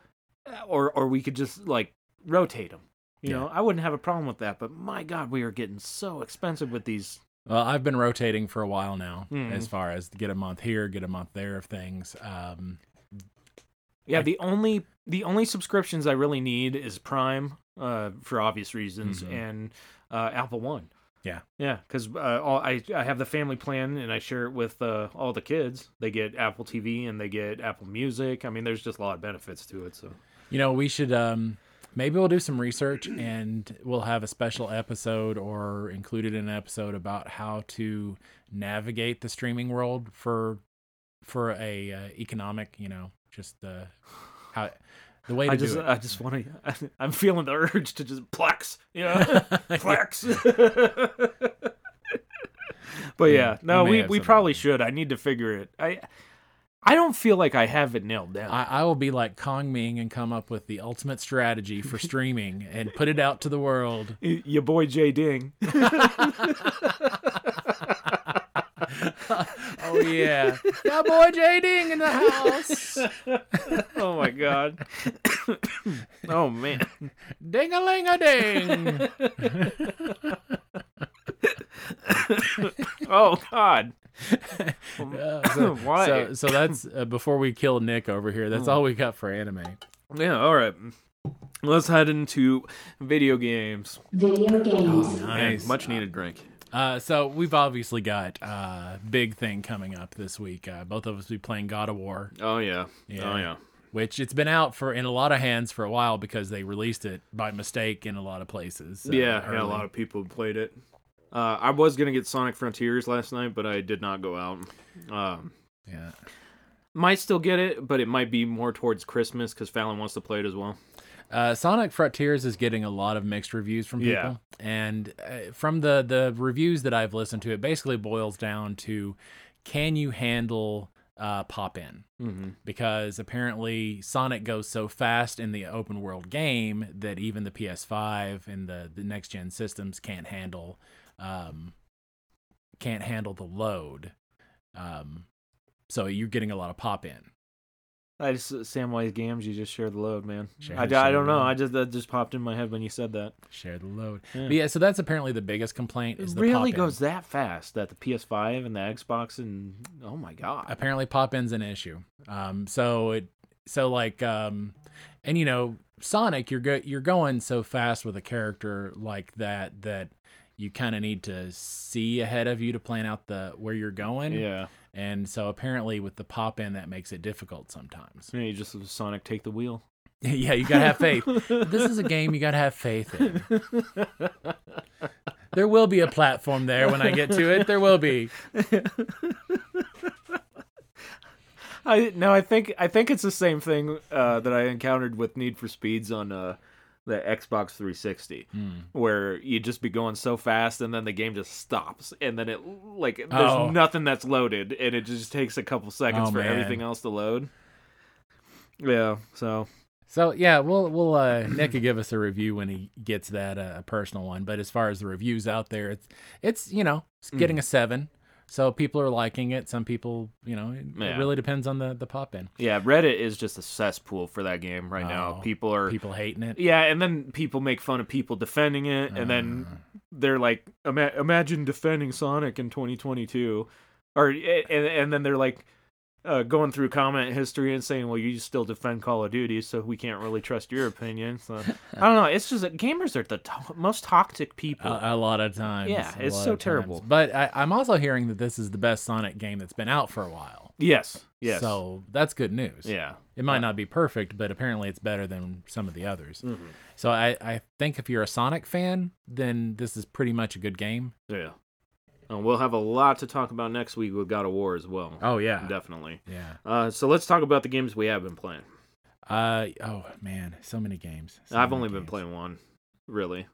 Speaker 2: uh, or or we could just like rotate them. You
Speaker 1: Yeah.
Speaker 2: know, I wouldn't have a problem with that, but my god, we are getting so expensive with these.
Speaker 1: Well, I've been rotating for a while now,
Speaker 2: Mm.
Speaker 1: as far as get a month here, get a month there of things. Um,
Speaker 2: Yeah,
Speaker 1: I-
Speaker 2: the only the only subscriptions I really need is Prime uh for obvious reasons
Speaker 1: Mhm.
Speaker 2: and uh Apple 1.
Speaker 1: Yeah.
Speaker 2: Yeah, cuz uh, all I I have the family plan and I share it with uh, all the kids. They get Apple TV and they get Apple Music. I mean, there's just a lot of benefits to it, so.
Speaker 1: You know, we should um maybe we'll do some research and we'll have a special episode or included in an episode about how to navigate the streaming world for for a uh, economic, you know, just the how the way to
Speaker 2: I just,
Speaker 1: do it.
Speaker 2: I just want to. I'm feeling the urge to just plex, you know,
Speaker 1: uh,
Speaker 2: plex. but yeah,
Speaker 1: you
Speaker 2: no,
Speaker 1: may
Speaker 2: we,
Speaker 1: have
Speaker 2: we
Speaker 1: something.
Speaker 2: probably should. I need to figure it. I I don't feel like I have it nailed down.
Speaker 1: I, I will be like Kong Ming and come up with the ultimate strategy for streaming and put it out to the world.
Speaker 2: Y- Your boy Jay Ding.
Speaker 1: Oh yeah, yeah, boy, J Ding in the house.
Speaker 2: oh my god. oh man.
Speaker 1: Ding a ling a ding.
Speaker 2: Oh god.
Speaker 1: so,
Speaker 2: Why?
Speaker 1: So, so that's uh, before we kill Nick over here.
Speaker 2: Hmm.
Speaker 1: That's all we got for anime.
Speaker 2: Yeah. All right. Let's head into video games.
Speaker 3: Video games.
Speaker 2: Man, much needed drink.
Speaker 1: Uh, so we've obviously got a uh, big thing coming up this week. Uh, both of us will be playing God of War,
Speaker 2: Oh yeah.
Speaker 1: Yeah.
Speaker 2: Oh yeah.
Speaker 1: which it's been out for in a lot of hands for a while because they released it by mistake in a lot of places. uh,
Speaker 2: yeah, yeah,
Speaker 1: early.
Speaker 2: a lot of people played it. Uh, I was gonna get Sonic Frontiers last night, but I did not go out. Um,
Speaker 1: Yeah.
Speaker 2: might still get it, but it might be more towards Christmas because Fallon wants to play it as well.
Speaker 1: Uh, Sonic Frontiers is getting a lot of mixed reviews from people,
Speaker 2: Yeah.
Speaker 1: and uh, from the the reviews that I've listened to, it basically boils down to can you handle uh, pop in?
Speaker 2: Mm-hmm.
Speaker 1: because apparently Sonic goes so fast in the open world game that even the PS5 and the, the next gen systems can't handle um, can't handle the load. Um, so you're getting a lot of pop in.
Speaker 2: I just uh, Samwise Gamgee. You just share the load, man.
Speaker 1: Share-
Speaker 2: I,
Speaker 1: share
Speaker 2: I
Speaker 1: the
Speaker 2: don't know.
Speaker 1: load.
Speaker 2: I just that just popped in my head when you said that.
Speaker 1: Share the load.
Speaker 2: Yeah.
Speaker 1: But yeah, so that's apparently the biggest complaint
Speaker 2: It
Speaker 1: is the
Speaker 2: really
Speaker 1: pop-in.
Speaker 2: goes that fast that the PS5 and the Xbox and oh my god.
Speaker 1: apparently pop in's an issue. Um, so it so like um, and you know Sonic, you're go- you're going so fast with a character like that that you kind of need to see ahead of you to plan out the where you're going.
Speaker 2: Yeah.
Speaker 1: And so apparently with the pop in that makes it difficult sometimes.
Speaker 2: Yeah, you just Sonic take the wheel.
Speaker 1: yeah, you gotta have faith. this is a game you gotta have faith in. There will be a platform there when I get to it. There will be.
Speaker 2: I no, I think I think it's the same thing uh, that I encountered with Need for Speeds on uh, the Xbox 360,
Speaker 1: Hmm.
Speaker 2: where you just be going so fast, and then the game just stops, and then it like there's
Speaker 1: Oh.
Speaker 2: nothing that's loaded, and it just takes a couple seconds
Speaker 1: Oh,
Speaker 2: for
Speaker 1: man.
Speaker 2: everything else to load. Yeah, so
Speaker 1: So yeah, we'll we'll uh, Nick could give us a review when he gets that uh, a personal one. But as far as the reviews out there, it's it's you know
Speaker 2: Hmm.
Speaker 1: it's getting a seven. So people are liking it. Some people, you know, it, it
Speaker 2: Yeah.
Speaker 1: really depends on the the pop in.
Speaker 2: yeah, Reddit is just a cesspool for that game right now.
Speaker 1: Oh,
Speaker 2: People are
Speaker 1: People hating it.
Speaker 2: Yeah, and then people make fun of people defending it, and then
Speaker 1: Uh.
Speaker 2: they're like, Ima- "Imagine defending Sonic in 2022," or and, and then they're like uh, going through comment history and saying, "Well, you still defend Call of Duty, so we can't really trust your opinion." So I don't know. It's just that gamers are the to- most toxic people.
Speaker 1: A, a lot of times.
Speaker 2: Yeah,
Speaker 1: a
Speaker 2: it's
Speaker 1: lot
Speaker 2: so
Speaker 1: of times.
Speaker 2: terrible.
Speaker 1: But I, I'm also hearing that this is the best Sonic game that's been out for a while.
Speaker 2: yes, yes,
Speaker 1: So that's good news.
Speaker 2: yeah.
Speaker 1: It might not be perfect, but apparently it's better than some of the others.
Speaker 2: Mm-hmm.
Speaker 1: So I, I think if you're a Sonic fan, then this is pretty much a good game.
Speaker 2: Yeah. And we'll have a lot to talk about next week with God of War as well.
Speaker 1: Oh yeah,
Speaker 2: Definitely.
Speaker 1: yeah.
Speaker 2: Uh, so let's talk about the games we have been playing.
Speaker 1: Uh oh man, so many games. So
Speaker 2: I've
Speaker 1: many
Speaker 2: only been
Speaker 1: games.
Speaker 2: playing one, really.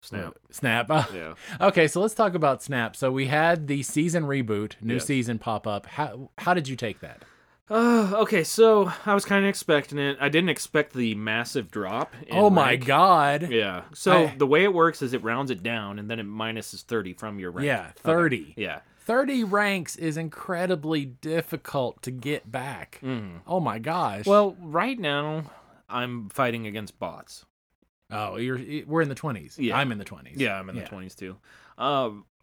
Speaker 2: Snap.
Speaker 1: Snap.
Speaker 2: Yeah.
Speaker 1: okay, so let's talk about Snap. So we had the season reboot, new
Speaker 2: Yes.
Speaker 1: season pop up. How how did you take that?
Speaker 2: Uh, okay, so I was kind of expecting it. I didn't expect the massive drop. in
Speaker 1: oh my
Speaker 2: rank.
Speaker 1: god.
Speaker 2: Yeah. So
Speaker 1: I-
Speaker 2: the way it works is it rounds it down and then it minuses 30 from your rank.
Speaker 1: Yeah,
Speaker 2: Okay.
Speaker 1: 30.
Speaker 2: Yeah.
Speaker 1: 30 ranks is incredibly difficult to get back. Oh my gosh.
Speaker 2: Mm. Hmm. Well, right now I'm fighting against bots.
Speaker 1: oh, you're you- we're in the 20s.
Speaker 2: Yeah.
Speaker 1: I'm in the 20s.
Speaker 2: Yeah, I'm in the 20s too. Um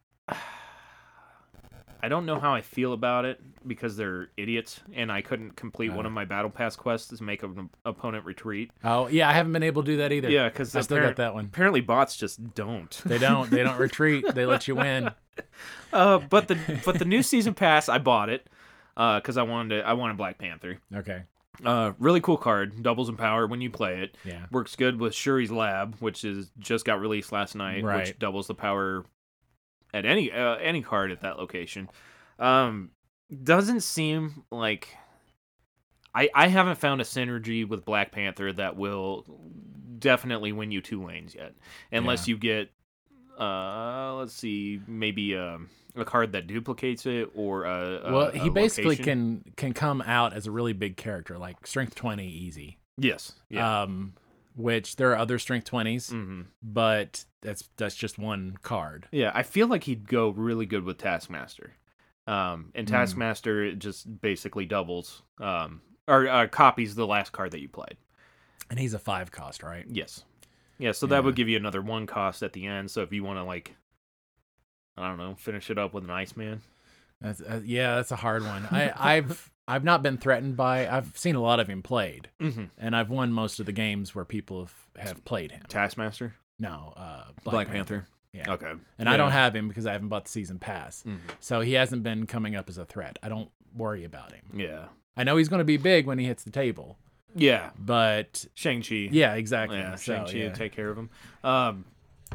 Speaker 2: I don't know how I feel about it because they're idiots and I couldn't complete one of my battle pass quests to make an opponent retreat.
Speaker 1: Oh, yeah, I haven't been able to do that either.
Speaker 2: Yeah, because
Speaker 1: I still got that one.
Speaker 2: Apparently, bots just don't.
Speaker 1: They don't they don't retreat. They let you win.
Speaker 2: Uh, but the but the new season pass, I bought it because I wanted to, I wanted Black Panther.
Speaker 1: Okay.
Speaker 2: Uh, really cool card, doubles in power when you play it.
Speaker 1: Yeah.
Speaker 2: Works good with Shuri's Lab, which is just got released last night, which
Speaker 1: Right.
Speaker 2: doubles the power at any uh, any card at that location. Um, doesn't seem like I I haven't found a synergy with Black Panther that will definitely win you two lanes yet, unless you get uh let's see maybe um a card that duplicates it or a, a
Speaker 1: Well, he
Speaker 2: uh, a
Speaker 1: basically
Speaker 2: location.
Speaker 1: can can come out as a really big character like strength 20 easy.
Speaker 2: yes yeah
Speaker 1: Um which there are other strength 20s,
Speaker 2: hmm
Speaker 1: but that's that's just one card.
Speaker 2: Yeah, I feel like he'd go really good with Taskmaster. Um, and
Speaker 1: Mm.
Speaker 2: Taskmaster it just basically doubles um, or uh, copies the last card that you played.
Speaker 1: And he's a 5 cost, right?
Speaker 2: Yes. Yeah, so
Speaker 1: Yeah.
Speaker 2: that would give you another one cost at the end. So if you want to, like, I don't know, finish it up with an Iceman.
Speaker 1: That's, uh, yeah, that's a hard one. I, I've I've not been threatened by. I've seen a lot of him played,
Speaker 2: Mm-hmm.
Speaker 1: and I've won most of the games where people have, have played him.
Speaker 2: Taskmaster?
Speaker 1: No, uh, Black, Yeah,
Speaker 2: Okay.
Speaker 1: and I don't have him because I haven't bought the season pass,
Speaker 2: Mhm.
Speaker 1: so he hasn't been coming up as a threat. I don't worry about him.
Speaker 2: Yeah.
Speaker 1: I know he's going to be big when he hits the table,
Speaker 2: Yeah.
Speaker 1: but
Speaker 2: Shang-Chi.
Speaker 1: yeah, exactly.
Speaker 2: Yeah,
Speaker 1: So,
Speaker 2: Shang-Chi
Speaker 1: yeah.
Speaker 2: would take care of him. Um,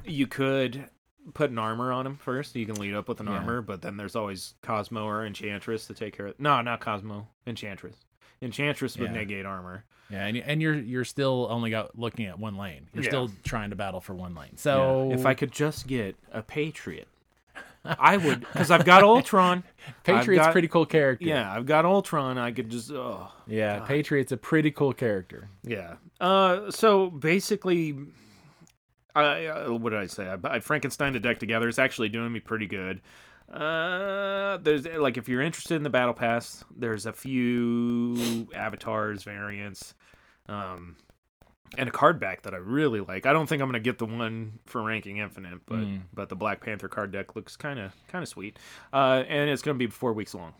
Speaker 2: you could put an armor on him first. You can lead up with an
Speaker 1: Yeah.
Speaker 2: armor, but then there's always Cosmo or Enchantress to take care of. No, not Cosmo. Enchantress. Enchantress would
Speaker 1: Yeah.
Speaker 2: negate armor.
Speaker 1: yeah, and, and you're you're still only got looking at one lane. You're
Speaker 2: Yeah.
Speaker 1: still trying to battle for one lane. So
Speaker 2: If I could just get a Patriot, I would, because I've got Ultron.
Speaker 1: Patriot's
Speaker 2: got-
Speaker 1: pretty cool character.
Speaker 2: Yeah, I've got Ultron. I could just. Oh,
Speaker 1: Yeah, Patriot's a pretty cool character.
Speaker 2: Yeah. Uh, so basically, I uh, what did I say? I, I Frankenstein the deck together. It's actually doing me pretty good. Uh, there's like if you're interested in the battle pass, there's a few avatars variants, um, and a card back that I really like. I don't think I'm gonna get the one for ranking infinite, but but the Black Panther card deck looks kind of kind of sweet. Uh, and it's gonna be four weeks long.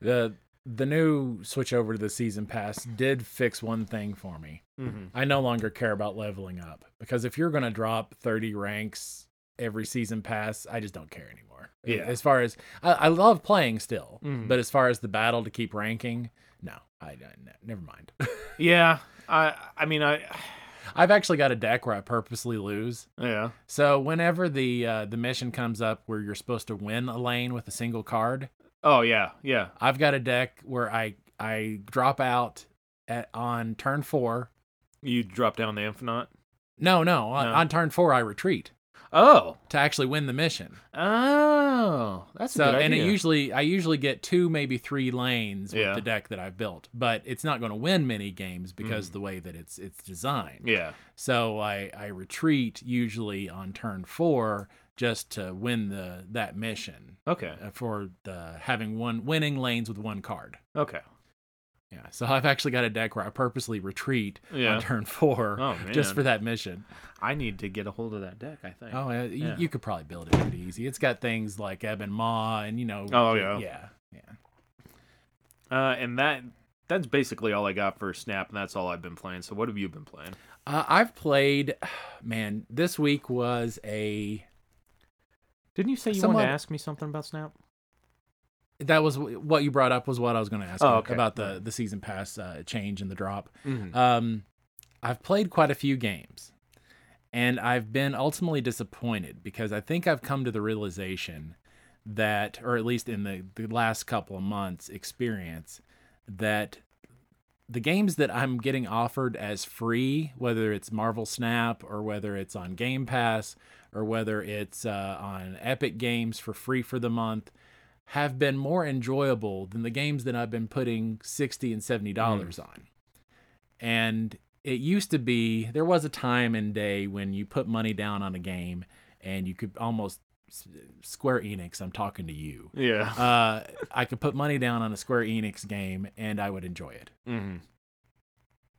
Speaker 1: The the new switch over to the season pass did fix one thing for me.
Speaker 2: Mm-hmm.
Speaker 1: I no longer care about leveling up because if you're going to drop 30 ranks every season pass, I just don't care anymore.
Speaker 2: Yeah.
Speaker 1: As far as I, I love playing still,
Speaker 2: Mhm.
Speaker 1: but as far as the battle to keep ranking, no, I, I no, never mind.
Speaker 2: Yeah. I I mean I
Speaker 1: I've actually got a deck where I purposely lose.
Speaker 2: yeah.
Speaker 1: So whenever the uh, the mission comes up where you're supposed to win a lane with a single card,
Speaker 2: Oh yeah, yeah.
Speaker 1: I've got a deck where I I drop out at on turn four.
Speaker 2: You drop down the Amphonaut.
Speaker 1: No, no, on,
Speaker 2: No.
Speaker 1: on turn four I retreat
Speaker 2: Oh,
Speaker 1: to actually win the mission.
Speaker 2: oh, that's
Speaker 1: So
Speaker 2: a good
Speaker 1: and
Speaker 2: idea.
Speaker 1: it usually I usually get two maybe three lanes with
Speaker 2: Yeah.
Speaker 1: the deck that I've built, but it's not going to win many games
Speaker 2: Mm.
Speaker 1: because the way that it's it's designed.
Speaker 2: yeah,
Speaker 1: So I I retreat usually on turn four just to win the that mission
Speaker 2: okay,
Speaker 1: uh, for the having one winning lanes with one card.
Speaker 2: okay,
Speaker 1: Yeah, so I've actually got a deck where I purposely retreat
Speaker 2: Yeah.
Speaker 1: on turn four
Speaker 2: Oh,
Speaker 1: just
Speaker 2: man.
Speaker 1: for that mission.
Speaker 2: I need to get a hold of that deck. I think.
Speaker 1: Oh, uh, y-
Speaker 2: Yeah.
Speaker 1: you could probably build it pretty easy. It's got things like Ebb and Ma, and you know.
Speaker 2: Oh, yeah.
Speaker 1: yeah, yeah.
Speaker 2: Uh, and that that's basically all I got for Snap, and that's all I've been playing. So what have you been playing?
Speaker 1: Uh, I've played, man. This week was a
Speaker 2: Didn't you say you
Speaker 1: Someone-
Speaker 2: wanted to ask me something about Snap?
Speaker 1: that was what you brought up was what I was going to ask
Speaker 2: Oh,
Speaker 1: you
Speaker 2: okay.
Speaker 1: about the the season pass uh, change and the drop.
Speaker 2: Mhm.
Speaker 1: Um, I've played quite a few games, and I've been ultimately disappointed because I think I've come to the realization that, or at least in the the last couple of months experience, that the games that I'm getting offered as free, whether it's Marvel Snap or whether it's on Game Pass or whether it's uh, on Epic Games for free for the month, have been more enjoyable than the games that I've been putting sixty and seventy dollars on. And it used to be there was a time and day when you put money down on a game and you could almost Square Enix. I'm talking to you.
Speaker 2: Yeah.
Speaker 1: Uh, I could put money down on a Square Enix game and I would enjoy it
Speaker 2: mm-hmm.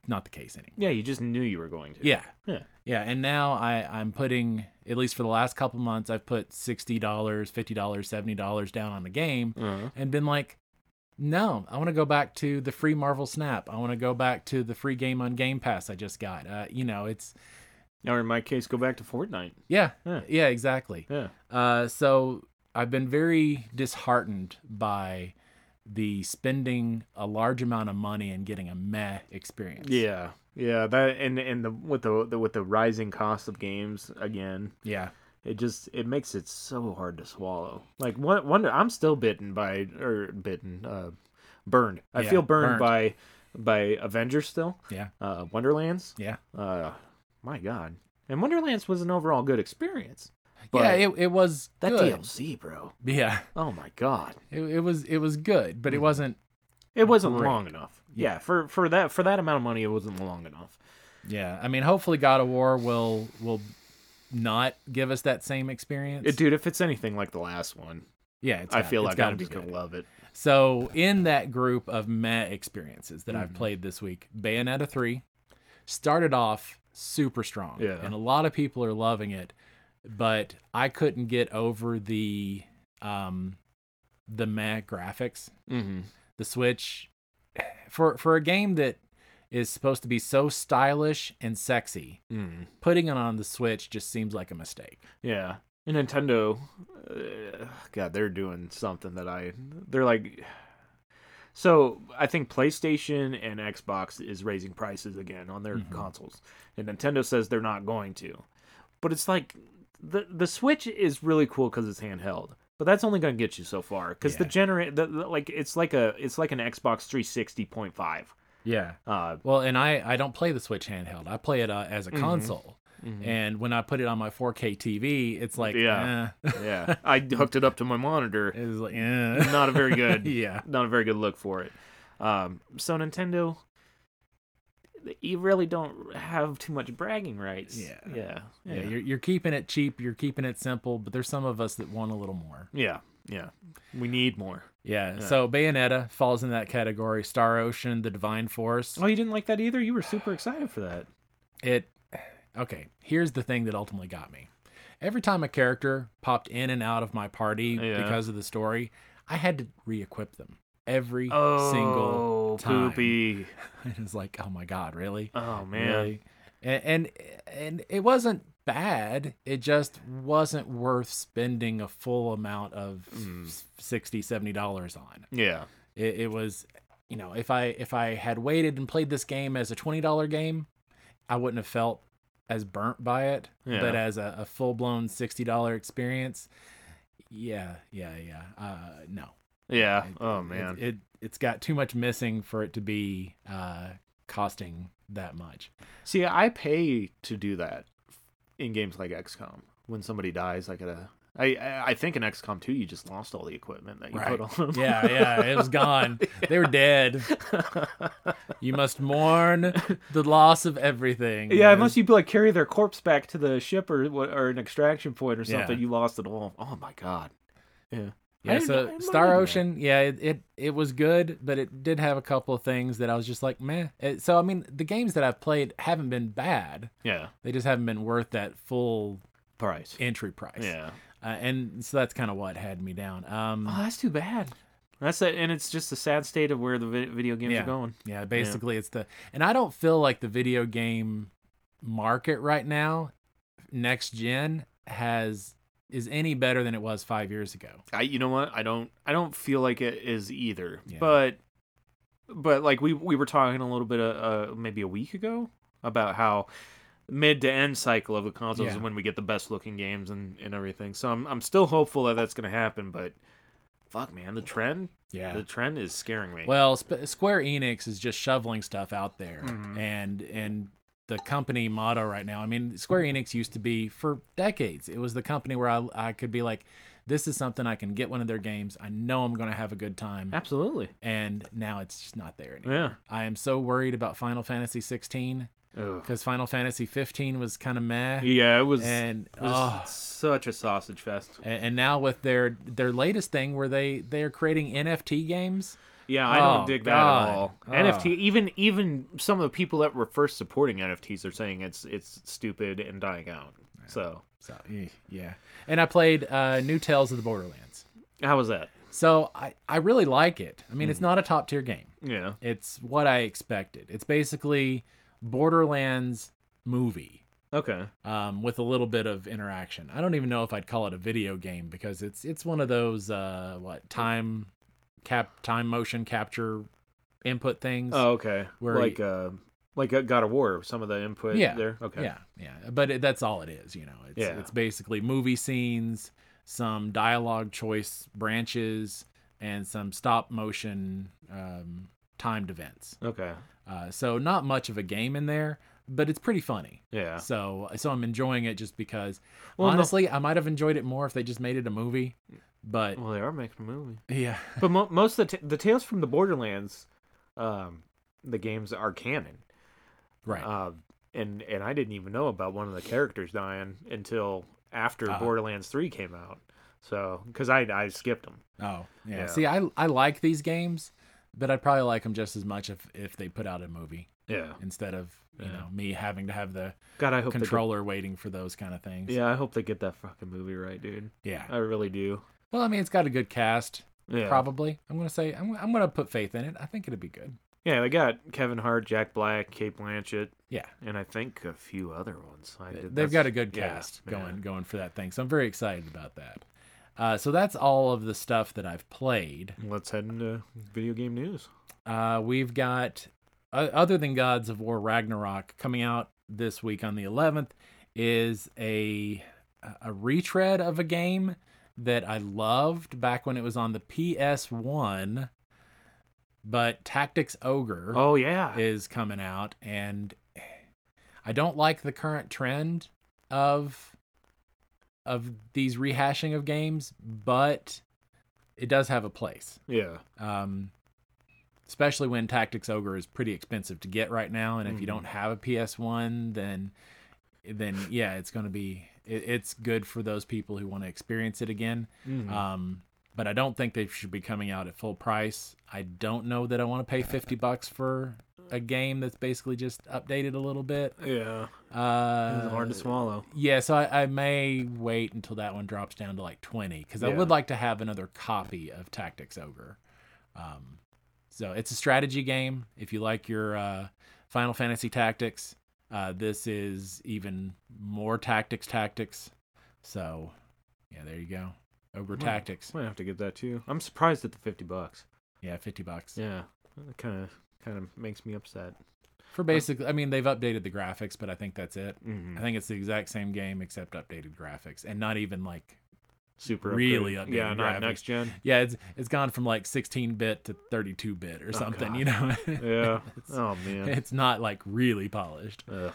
Speaker 1: not the case anymore.
Speaker 2: Yeah, you just knew you were going to.
Speaker 1: Yeah.
Speaker 2: Yeah.
Speaker 1: Yeah. And now I, I'm putting, at least for the last couple months, I've put $60, $50, $70 down on the game
Speaker 2: Uh-huh.
Speaker 1: and been like, no, I want to go back to the free Marvel Snap. I want to go back to the free game on Game Pass I just got. Uh, you know, it's,
Speaker 2: Or in my case, go back to Fortnite.
Speaker 1: yeah,
Speaker 2: Yeah.
Speaker 1: yeah, exactly.
Speaker 2: Yeah.
Speaker 1: Uh, so I've been very disheartened by the spending a large amount of money and getting a meh experience.
Speaker 2: Yeah. Yeah. That and and the with the, the with the rising cost of games again,
Speaker 1: Yeah.
Speaker 2: it just it makes it so hard to swallow. Like one wonder I'm still bitten by or bitten uh burned. I
Speaker 1: Yeah,
Speaker 2: feel
Speaker 1: burned.
Speaker 2: burned, by by Avengers still.
Speaker 1: Yeah.
Speaker 2: Uh Wonderlands.
Speaker 1: Yeah.
Speaker 2: Uh my god. And Wonderlands was an overall good experience.
Speaker 1: yeah.
Speaker 2: But
Speaker 1: It, it was
Speaker 2: that
Speaker 1: good.
Speaker 2: DLC, bro.
Speaker 1: Yeah.
Speaker 2: Oh my god.
Speaker 1: It, it was it was good,
Speaker 2: Mm-hmm.
Speaker 1: but it wasn't.
Speaker 2: It wasn't
Speaker 1: Great.
Speaker 2: long enough. Yeah, for for that for that amount of money it wasn't long enough.
Speaker 1: Yeah, I mean, hopefully, God of War will will not give us that same experience.
Speaker 2: dude, if it's anything like the last one,
Speaker 1: yeah, it's
Speaker 2: I
Speaker 1: got-
Speaker 2: feel
Speaker 1: it's
Speaker 2: like
Speaker 1: gotta
Speaker 2: I'm just
Speaker 1: good.
Speaker 2: gonna love it.
Speaker 1: So, in that group of meh experiences that
Speaker 2: Mm-hmm.
Speaker 1: I've played this week, Bayonetta 3 started off super strong.
Speaker 2: Yeah.
Speaker 1: And a lot of people are loving it, but I couldn't get over the um the meh graphics.
Speaker 2: Mm-hmm.
Speaker 1: the Switch for for a game that is supposed to be so stylish and sexy,
Speaker 2: Mm.
Speaker 1: putting it on the Switch just seems like a mistake.
Speaker 2: Yeah, and Nintendo, uh, God, they're doing something that I they're like. So I think PlayStation and Xbox is raising prices again on their consoles, and Nintendo says they're not going to. But it's like the the Switch is really cool because it's handheld, but that's only going to get you so far because the
Speaker 1: Yeah.
Speaker 2: generate the, the- like it's like a it's like an Xbox 360.5.
Speaker 1: Yeah.
Speaker 2: Uh,
Speaker 1: Well, and I I don't play the Switch handheld. I play it uh, as a
Speaker 2: Mm-hmm.
Speaker 1: console. And when I put it on my 4K TV, it's like
Speaker 2: Yeah.
Speaker 1: yeah,
Speaker 2: yeah, I hooked it up to my monitor.
Speaker 1: it's like eh.
Speaker 2: Not a very good
Speaker 1: yeah.
Speaker 2: not a very good look for it. Um, so Nintendo, you really don't have too much bragging rights.
Speaker 1: Yeah.
Speaker 2: yeah,
Speaker 1: Yeah,
Speaker 2: yeah,
Speaker 1: you're, you're keeping it cheap, you're keeping it simple, but there's some of us that want a little more.
Speaker 2: yeah, yeah. We need more.
Speaker 1: Yeah, so Bayonetta falls in that category. Star Ocean, The Divine Force.
Speaker 2: Oh, you didn't like that either. You were super excited for that.
Speaker 1: it okay here's the thing that ultimately got me every time a character popped in and out of my party
Speaker 2: Yeah.
Speaker 1: because of the story i had to re-equip them every single time
Speaker 2: Oh, poopy.
Speaker 1: it was like oh my god really
Speaker 2: Oh man.
Speaker 1: really and, and and it wasn't bad it just wasn't worth spending a full amount of
Speaker 2: Mm.
Speaker 1: sixty, seventy 60 70 dollars on
Speaker 2: Yeah.
Speaker 1: it, it was, you know, if I if I had waited and played this game as a twenty dollar game, I wouldn't have felt as burnt by it.
Speaker 2: Yeah.
Speaker 1: But as a, a full blown sixty dollar experience, yeah, yeah, yeah. Uh, no,
Speaker 2: Yeah.
Speaker 1: It-
Speaker 2: oh
Speaker 1: it-
Speaker 2: man.
Speaker 1: it, it it's got too much missing for it to be uh, costing that much.
Speaker 2: See, I pay to do that in games like XCOM. When somebody dies, I gotta. I I- I think in XCOM 2, you just lost all the equipment that you
Speaker 1: Right.
Speaker 2: put on them.
Speaker 1: Yeah, yeah, it was gone. They were dead. You must mourn the loss of everything.
Speaker 2: Yeah, unless you like carry their corpse back to the ship or what- or an extraction point or something,
Speaker 1: Yeah.
Speaker 2: you lost it all. Oh my god. Yeah.
Speaker 1: Yeah,
Speaker 2: I didn't- I
Speaker 1: so
Speaker 2: didn't
Speaker 1: Star
Speaker 2: mind that.
Speaker 1: Ocean, yeah, it, it it was good, but it did have a couple of things that I was just like, meh. It- so I mean, the games that I've played haven't been bad.
Speaker 2: Yeah.
Speaker 1: They just haven't been worth that full
Speaker 2: Price.
Speaker 1: entry price.
Speaker 2: Yeah.
Speaker 1: Uh, and so that's kind of what had me down. Um,
Speaker 2: Oh, that's too bad. That's it, and it's just the sad state of where the vi- video games
Speaker 1: Yeah.
Speaker 2: are going.
Speaker 1: Yeah, basically it's the and I don't feel like the video game market right now next gen has is any better than it was 5 years ago.
Speaker 2: I, you know what? I don't, I don't feel like it is either.
Speaker 1: Yeah.
Speaker 2: But, but like we we were talking a little bit uh, uh maybe a week ago about how mid to end cycle of the consoles
Speaker 1: Yeah.
Speaker 2: is when we get the best looking games and and everything. So I'm I'm still hopeful that that's gonna happen. But fuck, man, the trend,
Speaker 1: Yeah.
Speaker 2: the trend is scaring me.
Speaker 1: Well, Sp- Square Enix is just shoveling stuff out there and and the company motto right now. I mean, Square Enix used to be for decades. It was the company where I I could be like this is something I can get one of their games. I know I'm going to have a good time.
Speaker 2: Absolutely.
Speaker 1: And now it's just not there anymore.
Speaker 2: Yeah.
Speaker 1: I am so worried about Final Fantasy 16
Speaker 2: Ugh.
Speaker 1: because Final Fantasy 15 was kind of meh,
Speaker 2: Yeah, it was,
Speaker 1: and
Speaker 2: it was
Speaker 1: oh,
Speaker 2: such a sausage fest.
Speaker 1: and and now with their their latest thing where they they are creating NFT games.
Speaker 2: Yeah, I
Speaker 1: Oh,
Speaker 2: don't dig that
Speaker 1: God.
Speaker 2: at all.
Speaker 1: Ah.
Speaker 2: NFT, even even some of the people that were first supporting NFTs are saying it's it's stupid and dying out. So
Speaker 1: So eh, yeah, and I played uh, New Tales of the Borderlands.
Speaker 2: how was that?
Speaker 1: So I I really like it. I mean, it's
Speaker 2: Hmm.
Speaker 1: not a top tier game.
Speaker 2: Yeah,
Speaker 1: It's what I expected. It's basically Borderlands movie.
Speaker 2: okay,
Speaker 1: um, with a little bit of interaction. I don't even know if I'd call it a video game because it's it's one of those uh, what time cap time motion capture input things.
Speaker 2: oh, okay.
Speaker 1: Where
Speaker 2: like
Speaker 1: you-
Speaker 2: uh, like uh, God of War, some of the input
Speaker 1: yeah,
Speaker 2: there. Okay,
Speaker 1: yeah, yeah. But it, that's all it is. You know, it's
Speaker 2: Yeah.
Speaker 1: it's basically movie scenes, some dialogue choice branches, and some stop motion um, timed events.
Speaker 2: okay,
Speaker 1: Uh, so not much of a game in there, but it's pretty funny.
Speaker 2: yeah.
Speaker 1: So so I'm enjoying it just because
Speaker 2: Well, no-
Speaker 1: honestly, I might have enjoyed it more if they just made it a movie. But
Speaker 2: Well, they are making a movie,
Speaker 1: yeah.
Speaker 2: but mo- most of the ta- the tales from the Borderlands, um, the games are canon.
Speaker 1: Right.
Speaker 2: Uh, and and I didn't even know about one of the characters dying until after
Speaker 1: Uh-huh.
Speaker 2: Borderlands Three came out. So because I I skipped them.
Speaker 1: oh, yeah.
Speaker 2: yeah.
Speaker 1: See, I I like these games, but I'd probably like them just as much if if they put out a movie
Speaker 2: Yeah.
Speaker 1: instead of, you
Speaker 2: Yeah.
Speaker 1: know, me having to have the
Speaker 2: God, I hope
Speaker 1: controller waiting for those kind of things.
Speaker 2: They get, yeah, I hope they get that fucking movie right, dude.
Speaker 1: Yeah.
Speaker 2: I really do.
Speaker 1: Well, I mean, it's got a good cast.
Speaker 2: Yeah.
Speaker 1: Probably. I'm going to say I'm I'm going to put faith in it. I think it'll be good.
Speaker 2: Yeah, they got Kevin Hart, Jack Black, Kate Blanchett,
Speaker 1: Yeah.
Speaker 2: and I think a few other ones. I did,
Speaker 1: They've
Speaker 2: that's-
Speaker 1: got a good
Speaker 2: yeah,
Speaker 1: cast
Speaker 2: yeah.
Speaker 1: going going for that thing. So I'm very excited about that. Uh, so that's all of the stuff that I've played.
Speaker 2: Let's head into video game news.
Speaker 1: Uh, we've got uh, other than Gods of War Ragnarok coming out this week on the 11th is a a retread of a game that I loved back when it was on the PS1 but Tactics Ogre
Speaker 2: Oh yeah.
Speaker 1: is coming out and I don't like the current trend of of these rehashing of games, but it does have a place.
Speaker 2: yeah.
Speaker 1: Um especially when Tactics Ogre is pretty expensive to get right now and if you
Speaker 2: Mhm.
Speaker 1: don't have a PS1 then then yeah, it's going to be it, it's good for those people who want to experience it again.
Speaker 2: Mhm.
Speaker 1: Um, but I don't think they should be coming out at full price. I don't know that I want to pay fifty bucks for a game that's basically just updated a little bit.
Speaker 2: yeah.
Speaker 1: Uh,
Speaker 2: This is hard to swallow.
Speaker 1: Yeah, so I, I may wait until that one drops down to like twenty because I
Speaker 2: Yeah.
Speaker 1: would like to have another copy of Tactics Ogre. Um, so it's a strategy game. If you like your uh, Final Fantasy Tactics, uh, this is even more Tactics Tactics. So yeah, there you go. Ogre
Speaker 2: Wow.
Speaker 1: Tactics.
Speaker 2: Might have to get that too. I'm surprised at the fifty bucks.
Speaker 1: Yeah, fifty bucks.
Speaker 2: Yeah, that kind of kind of makes me upset.
Speaker 1: For basically, I mean, they've updated the graphics, but I think that's it.
Speaker 2: Mm-hmm.
Speaker 1: I think it's the exact same game except updated graphics, and not even like
Speaker 2: super
Speaker 1: Really
Speaker 2: upgraded.
Speaker 1: updated
Speaker 2: yeah, not
Speaker 1: graphics.
Speaker 2: next gen.
Speaker 1: Yeah, it's it's gone from like 16 bit to 32 bit or something. you know,
Speaker 2: Oh, Yeah. oh man.
Speaker 1: it's not like really polished.
Speaker 2: Ugh.